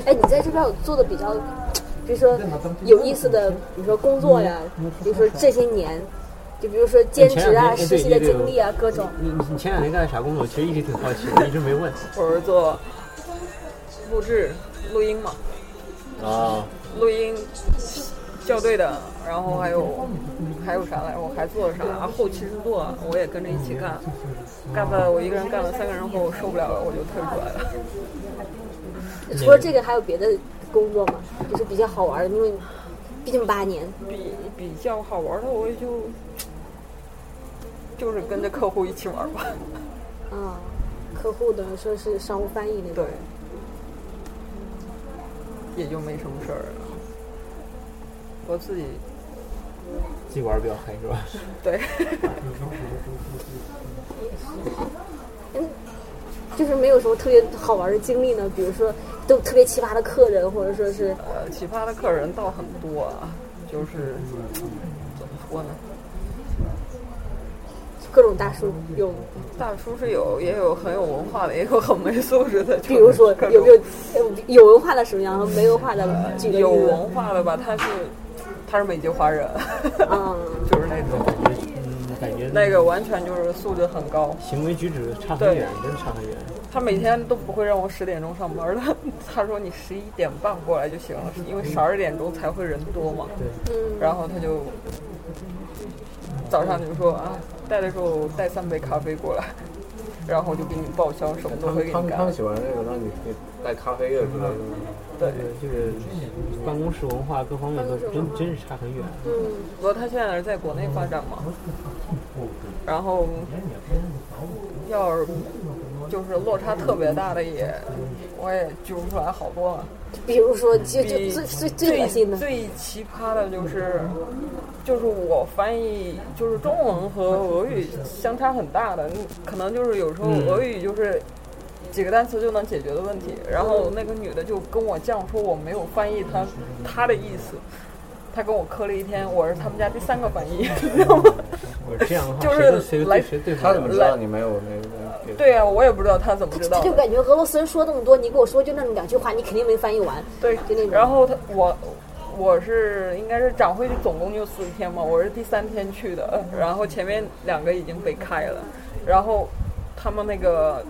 哎，你在这边有做的比较，比如说有意思的，比如说工作呀，比如说这些年，就比如说兼职啊、
哎前两天
实习的经历啊，各种。
你你前两天干的啥工作？其实一直挺好奇的，一直没问。
我是做录制、录音嘛，
啊，
录音校队的，然后还有还有啥来着？我还做了啥？啊后期制作我也跟着一起干，干了我一个人干了三个人后我受不了了，我就退出来了。
除了这个，还有别的工作吗？就是比较好玩的，因为毕竟八年，
比比较好玩的，我也就就是跟着客户一起玩吧。
啊，客户的说是商务翻译那
对
种。，
也就没什么事儿了。我自己
自己玩儿比较嗨是吧？
对，
就是没有什么特别好玩的经历呢，比如说都特别奇葩的客人，或者说是
呃，奇葩的客人倒很多啊，就是怎么说呢？
各种大叔有，
大叔是有，也有很有文化的，也有很没素质的。
比如说
各种
有没有呃有文化的什么样，和没文化的举个例
呃有
子
文化的吧？他是他是美籍华人，
啊，
就是那种
嗯，感觉
那个完全就是素质很高。
行为举止差很远，真的差很远。
他每天都不会让我十点钟上班的， [LAUGHS] 他说你十一点半过来就行了，因为十二点钟才会人多嘛。
嗯，
然后他就早上就说啊，带的时候带三杯咖啡过来， [LAUGHS] 然后就给你报销，什么
他
都会
们
给
他
你
们他
干
们。喜欢那个让你带咖啡的之类的。
嗯
对，
对，这个办公室文化各方面都真真是差很远。
嗯
不过他现在是在国内发展嘛，然后要是就是落差特别大的也，我也举不出来好多了。
比如说，就就
比
最最最恶心
最
的，
最奇葩的就是，就是我翻译就是中文和俄语相差很大的，可能就是有时候
嗯
俄语就是几个单词就能解决的问题，然后那个女的就跟我犟说我没有翻译她她的意思。她跟我磕了一天，我是他们家第三个翻译， [LAUGHS] 你知道吗？
我这样的话，
就是
谁都谁都
来
对谁对付
他
不
怎
了
么知道你没有那个？
对呀、我也不知道她怎么知道
就
的。
感觉俄罗斯人说那么多，你跟我说就那么两句话，你肯定没翻译完。
对
就那，种
然后他我我是应该是展会总共就四天嘛，我是第三天去的，然后前面两个已经被开了，然后他们那个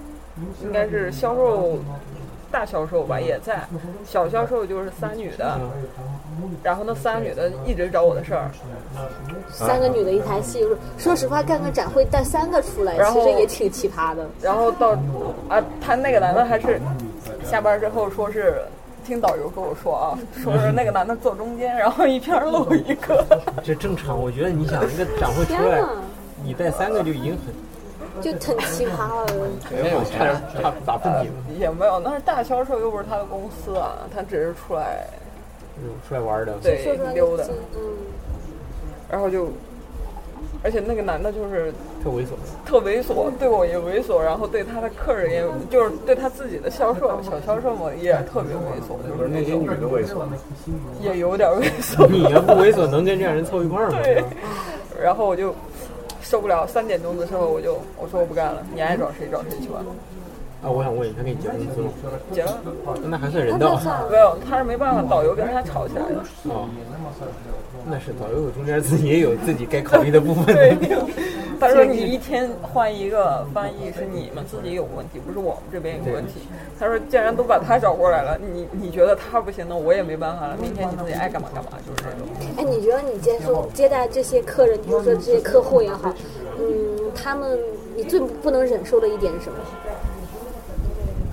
应该是销售大销售吧也在，小销售就是仨女的，然后那仨女的一直找我的事儿，
三个女的一台戏，说实话，干个展会带三个出来，
啊然
其
后
实也挺奇葩的。
然后到啊，他那个男的还是下班之后说是。听导游跟我说啊，说是那个男的坐中间，然后一边儿露一个，
这正常。我觉得你想一个展会出
天
来，
哪，
你带三个就已经很
就很奇葩了。
[LAUGHS]
没有差点差打喷嚏了。
也没有，那是大销售，又不是他的公司啊，他只是出来
嗯，出来玩儿的，
对
说出来
溜达
就，嗯，
然后就，而且那个男的就是
特猥琐。
特猥琐，对我也猥琐，然后对他的客人也，就是对他自己的销售小销售嘛，也特别猥琐，就
不是
是
那些女的猥琐，
也有点猥琐。
你要不猥琐，能跟这样人凑一块儿吗？
对然后我就受不了，三点钟的时候我就我说我不干了，你爱找谁找谁去吧，
啊，我想问你，他给你结工资吗？
结了。
那还算人道。 [LAUGHS]
没有，他是没办法，导游跟他吵起来了。
哦，那是导游中间自己也有自己该考虑的部分。
对，他说你一天换一个翻译是你们自己有问题，不是我们这边有问题。他说既然都把他找过来了，你你觉得他不行，那我也没办法了。明天你自己爱干嘛干嘛，就是这种。
哎，你觉得你接受接待这些客人，比如说这些客户也好，嗯，他们你最不能忍受的一点是什么？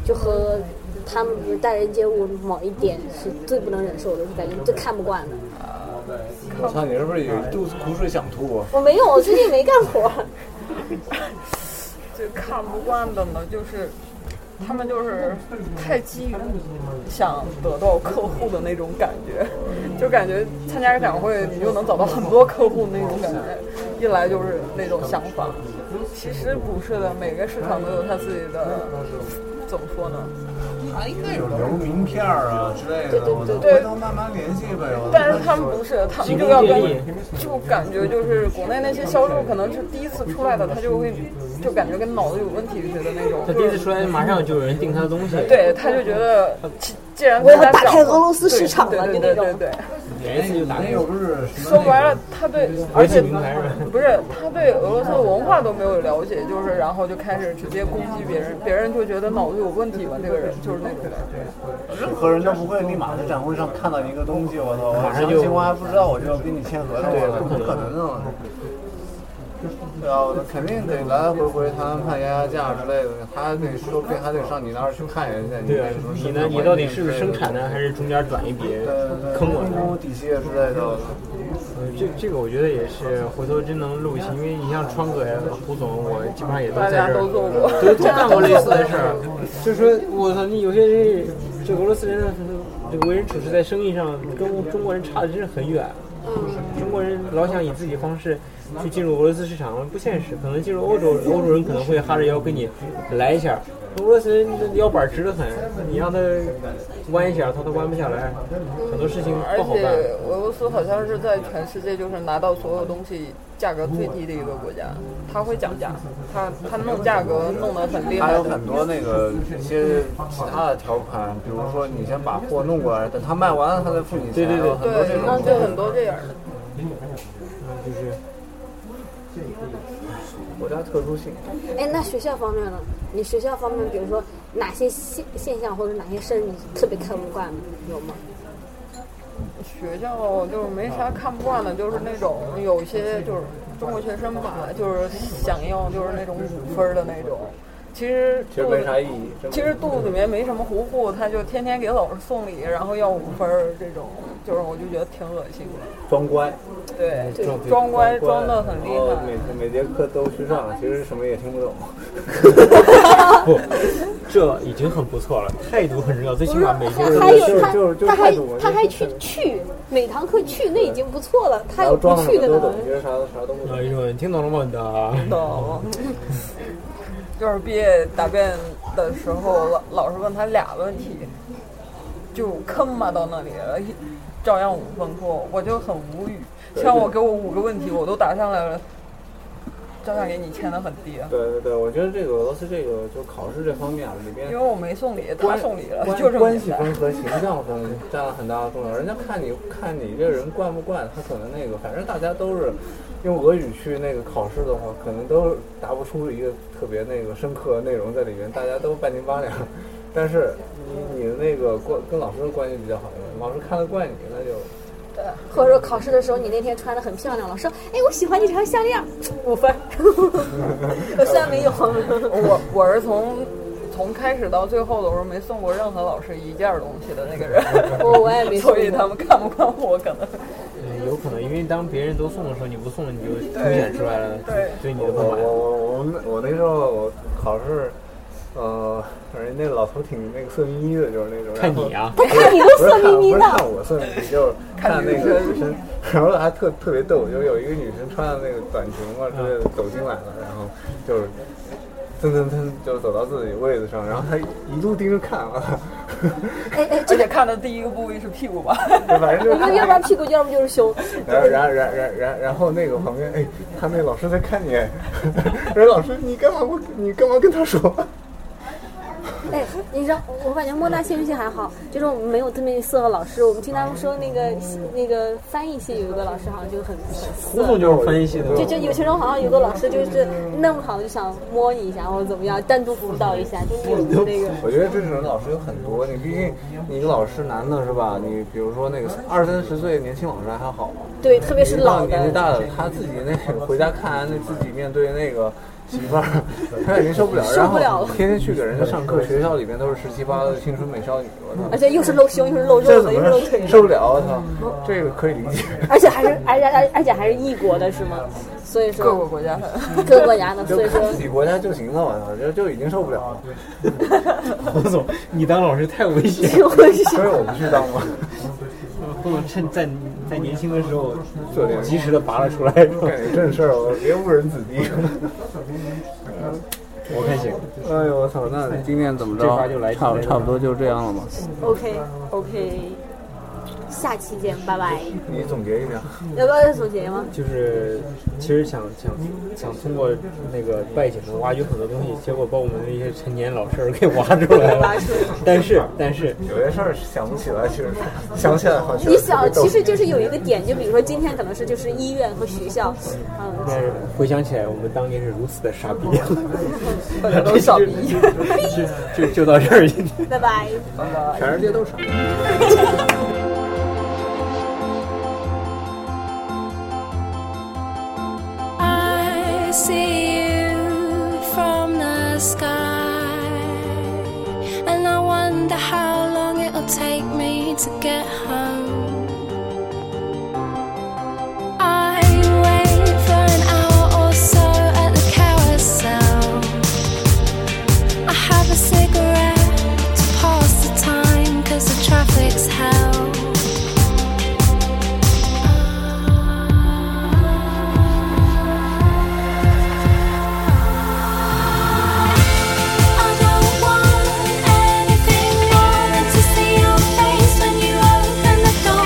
就和他们比如待人接物某一点是最不能忍受的，就感觉最看不惯的。
我操，你是不是有一肚子苦水想吐啊？
我没有，我最近没干活。 [LAUGHS]
最看不惯的呢，就是他们就是太急于想得到客户的那种感觉，就感觉参加个展会你就能找到很多客户那种感觉，一来就是那种想法。其实不是的，每个市场都有他自己的，怎么说呢？
他应该有留名片儿啊之类的，我
对
回头慢慢联系呗。我
但是他们不是，他们就要
提供建议
跟，就感觉就是国内那些销售可能是第一次出来的，他就会就感觉跟脑子有问题似的那种
[LAUGHS] 他。第一次出来，马上就有人订他的东西。，
对，他就觉得，既既然
我要
大家
打
讲
开俄罗斯市场了
对对
就
对对
那种
对对。
每一次就打
那又不是什么
说白了，他对，而
而
且
且名牌是吧？
不是他对俄罗斯的文化都没有了解，就是然后就开始直接攻击别人，别人就觉得脑子有问题吧，这个人就是那种感觉。
任何人都不会立马在展会上看到一个东西，我操！我
上就
相信我还不知道，我就要跟你签合同，我不可能啊！对啊，我肯定得来来回回谈谈判、压压价之类的，他还得说不定还得上你那儿去看人家。
对啊
啊，，
你呢？你到底是不是生产的，还是中间转一笔坑我
摸摸呃
的？
底细之类的，
呃这这个我觉得也是，回头真能录一期，因为你像川哥呀、胡总，我基本上也都在这
大家
儿，
都做过
都都干过类似的事儿。 [LAUGHS] 就说我操，你有些人这俄罗斯人这个为人处事在生意上跟中国人差的真是很远。
嗯
中国人老想以自己方式去进入俄罗斯市场，不现实。可能进入欧洲，欧洲人可能会哈着腰跟你来一下。俄罗斯人的腰板直得很，你让他弯一下，他都弯不下来。很多事情
而
不好
且
办。
俄罗斯好像是在全世界就是拿到所有东西价格最低的一个国家，他会讲价，他他弄价格弄得很厉害
还有
的。
很多那个一些其他的条款，比如说你先把货弄过来，等他卖完了他再付你钱，
对对对
有很多这
对，那
种。
就很多这样的。
就是
国家特殊性。
哎，那学校方面呢？你学校方面，比如说哪些现现象或者哪些事儿你特别看不惯，有吗？
学校就是没啥看不惯的，就是那种有些就是中国学生吧，就是想要就是那种五分儿的那种。其实
其实没啥意义。
其实肚子里面没什么糊糊，他就天天给老师送礼，然后要五分儿，这种就是我就觉得挺恶心的。
装乖，
对，
装
嗯装乖哦装
装
的很厉
然后
害。
每每节课都去上，其实什么也听不懂。
不，这已经很不错了，态度很重
А
要，最起
不是，
码每节
他
课
还有他
就是就是
他
态
还
度
他还
就是
去
态度
去每堂课去，那已经不错了，他
然后
有不
装什
去
么
的
都
呢
懂，。其实啥啥都不懂
呃，。一问听懂了吗？的，
懂， [LAUGHS] 就是毕业答辩的时候，老老师问他俩问题，就坑嘛到那里了，一照样五分错，我就很无语。像我给我五个问题，我都答上来了，照样给你签的很低，啊
对对对，我觉得这个俄罗斯这个就考试这方面啊，里边
因为我没送礼，他
关
送礼了，
关
就这么
关
简
系
单
分和形象分占了很大的重要。人家看你看你这人惯不惯，他可能那个，反正大家都是用俄语去那个考试的话，可能都答不出一个特别那个深刻的内容在里面，大家都半斤八两。但是你你的那个关跟老师的关系比较好，老师看得惯你，那就
或者说考试的时候，你那天穿的很漂亮了，说，哎，我喜欢你这条项链，
五分。
我虽然没有，
我我是从从开始到最后的时候没送过任何老师一件东西的那个人，
我我也没送
[LAUGHS] 所以
过
他们看不惯我可能。
嗯有可能，因为当别人都送的时候，你不送，你就凸显出来了
对
对你
我
的不
我
满。
我我们我那时候我考试，呃，反正那个老头挺那个色眯眯的，就是那种。
看你啊，
他看你都
不
色
是看，
眯眯
不是
的，
看我色眯眯，就是看那个女生，然后还特特别逗，就是有一个女生穿的那个短裙嘛之类的走进来了，然后就是蹭蹭蹭就是走到自己位子上，然后她一路盯着看啊，
而且看的第一个部位是屁股吧，
反正就是
要
看
要不然屁股，要不就是胸。
然后然后然后然后然后然后那个旁边哎，他那老师在看你，人老师你干嘛不你干嘛跟他说？
哎，你知道，我感觉莫大戏剧系还好，就是我们没有特别色的老师。我们听他们说那个那个翻译系有一个老师好像就很
胡
很
总
色，
就是分析的，
就就有些人好像有个老师就是弄好就想摸你一下或者怎么样，单独辅导一下，就是有那个。
我觉得这种老师有很多，你毕竟你老师男的是吧？你比如说那个二三十岁年轻老师还好，
对，特别是老
年纪
的，
大的，他自己那个回家看那自己面对那个媳妇儿，他已经受不了，
受
然
不
后
了了
天天去给人家上课，学校里面都是十七八的青春美少女，我操，
而且又是露胸又是露
这
肉
怎
的，又是露腿
么
的，
受不了？我操， [LAUGHS]
嗯
这个可以理解。
而且还是而且而而且还是异国的是吗？所以
各个
说
国家的。
各个国家的，
就
所以
看
说
自己国家就行了，我操，就就已经受不了
[LAUGHS]
了，
胡总，你当老师太危险了。
就会
所以我不去当嘛。
胡总趁
[LAUGHS]
在在年轻的时候
做点
及时的拔了出来，
干点正事儿，我别误人子弟。 [LAUGHS]
我看行。
哎呦我操，那今天怎么
这话就来
着？差不
这个
差不多就这样了嘛。
OK OK，下期见，拜拜。
你总结一下，
要不要再总结吗？
就是其实想想想通过那个拜姐能挖掘很多东西，结果把我们的一些陈年老事儿给挖出来了。但是但是
有些事儿想不起来，其实想起来好像
你想，其实就是有一个点，就比如说今天可能是就是医院和学校，嗯，
但是回想起来，我们当年是如此的傻逼， [LAUGHS]
大家都是傻逼
就就到这儿。今天
拜拜。
全世界都傻。
I see you from the sky, and I wonder how long it'll take me to get home. I wait for an hour or so at the carousel. I have a cigarette to pass the time, cause the traffic's hell. I don't want anything more than to see your face when you open the door.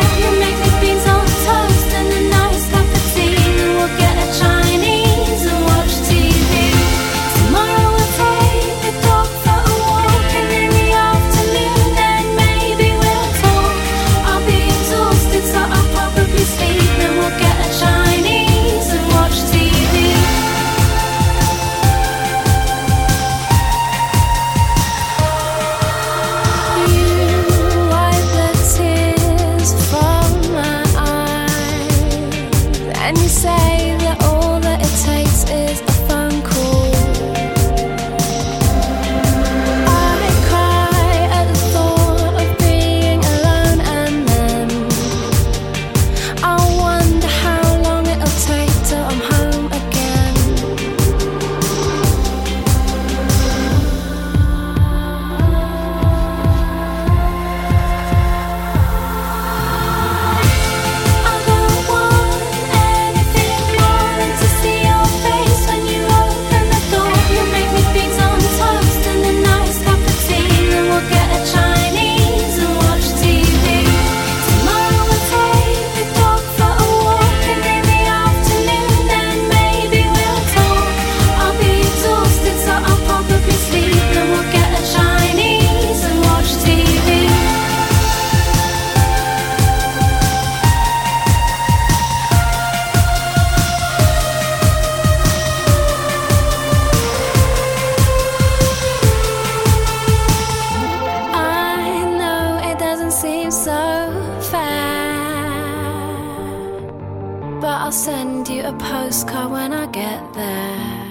I'll send you a postcard when I get there.